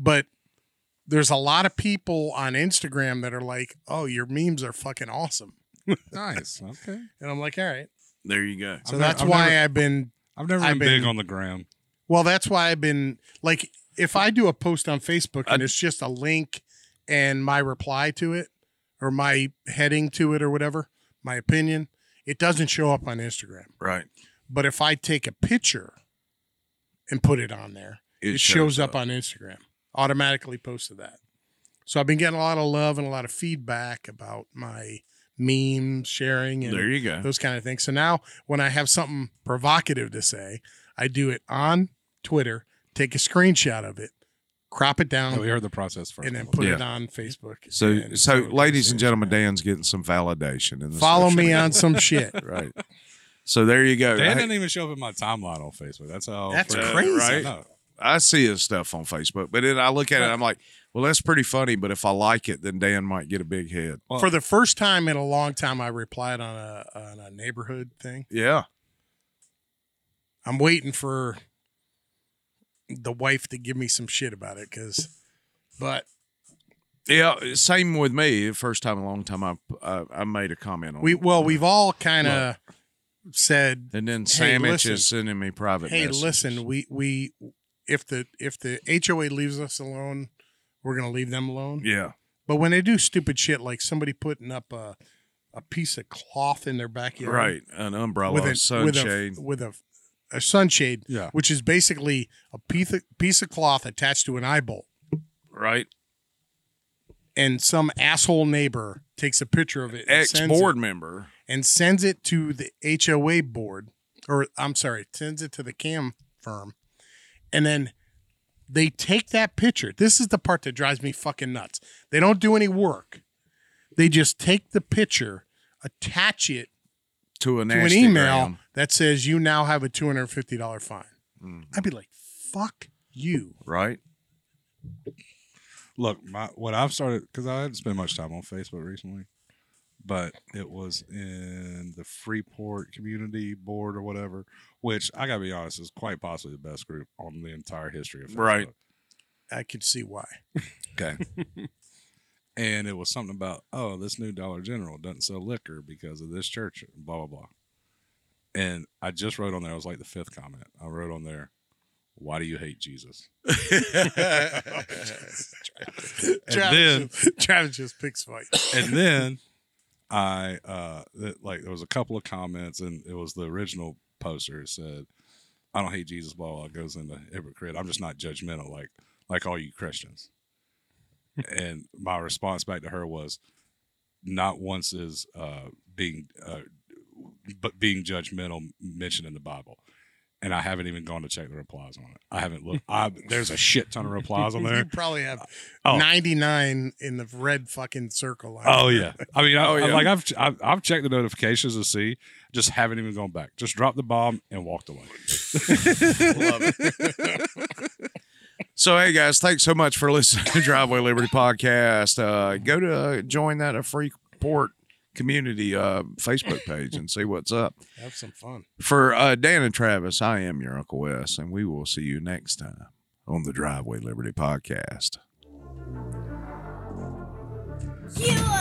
But there's a lot of people on Instagram that are like, "Oh, your memes are fucking awesome."
nice. Okay.
And I'm like, "All right."
There you go.
So
I've never-
that's
I've
why
never-
I've been
I've never been,
I've
big
been-
on the ground.
well, that's why I've been like if I do a post on Facebook and it's just a link and my reply to it or my heading to it or whatever, my opinion, it doesn't show up on Instagram.
Right.
but if I take a picture and put it on there, it, shows, up, on Instagram. Automatically posted that. So I've been getting a lot of love and a lot of feedback about my memes, sharing, and
There you go.
those kind of things. So now when I have something provocative to say, I do it on Twitter, take a screenshot of it, crop it
Oh,
down,
No, we heard the process first.
and then put
Yeah.
it on Facebook.
So,
and
so,
it's
ladies
on
and gentlemen, Dan's getting some validation. In
Instagram.
this
follow me
social-
on some shit.
right. So there you go.
Dan
I-
didn't even show up in my timeline on Facebook. That's how.
That's
freaking-
crazy.
I know.
I see his stuff on Facebook, but then I look at it, I'm like, well, that's pretty funny. But if I like it, then Dan might get a big head.
Well,
For the first time in a long time, I replied on a on a neighborhood thing.
Yeah,
I'm waiting for the wife to give me some shit about it because, but
yeah. Same with me. First time in a long time, I I, I made a comment on.
we
it.
well we've all kind of said,
and then Sam Itch
listen.
is sending me private.
hey,
messages.
listen, we we if the if the HOA leaves us alone, we're gonna leave them alone.
Yeah,
But when they do stupid shit like somebody putting up a a piece of cloth in their backyard,
right. An umbrella,
with a
sunshade.
with a with a, a sunshade,
Yeah.
which is basically a piece of, piece of cloth attached to an eye bolt.
right.
and some asshole neighbor takes a picture of it and,
Ex
sends
board
it,
member.
and sends it to the HOA board, or I'm sorry, sends it to the cam firm, and then they take that picture. This is the part that drives me fucking nuts. They don't do any work. They just take the picture, attach it
To an,
to an email that says you now have a $250 fine. I'd be like, fuck you.
right?
look, my what I've started because I hadn't spent much time on Facebook recently, but it was in the Freeport Community Board or whatever, which I gotta be honest is quite possibly the best group on the entire history of Facebook.
Right.
I could see why.
Okay. and it was something about, oh, this new Dollar General doesn't sell liquor because of this church, blah, blah, blah. And I just wrote on there, I was like the fifth comment. I wrote on there, why do you hate Jesus? then-
Travis, just, Travis just picks fight.
and then I uh th- like there was a couple of comments and it was the original poster It said I don't hate Jesus blah blah goes into hypocrite. I'm just not judgmental like like all you Christians. and my response back to her was not once is uh being uh but being judgmental mentioned in the Bible. And I haven't even gone to check the replies on it. I haven't looked. I, there's a shit ton of replies on
You
there.
probably have
Oh.
99 in the red fucking circle. line.
Oh yeah, I mean, I,
Oh,
I-
yeah.
like I've, I've I've checked the notifications to see, just haven't even gone back. Just dropped the bomb and walked away.
Love it. so hey guys, thanks so much for listening to Driveway Liberty Podcast. Uh, go to uh, join that a Freeport community uh, Facebook page and see what's up.
Have some fun.
For uh, Dan and Travis, I am your Uncle Wes, and we will see you next time on the Driveway Liberty Podcast.
You are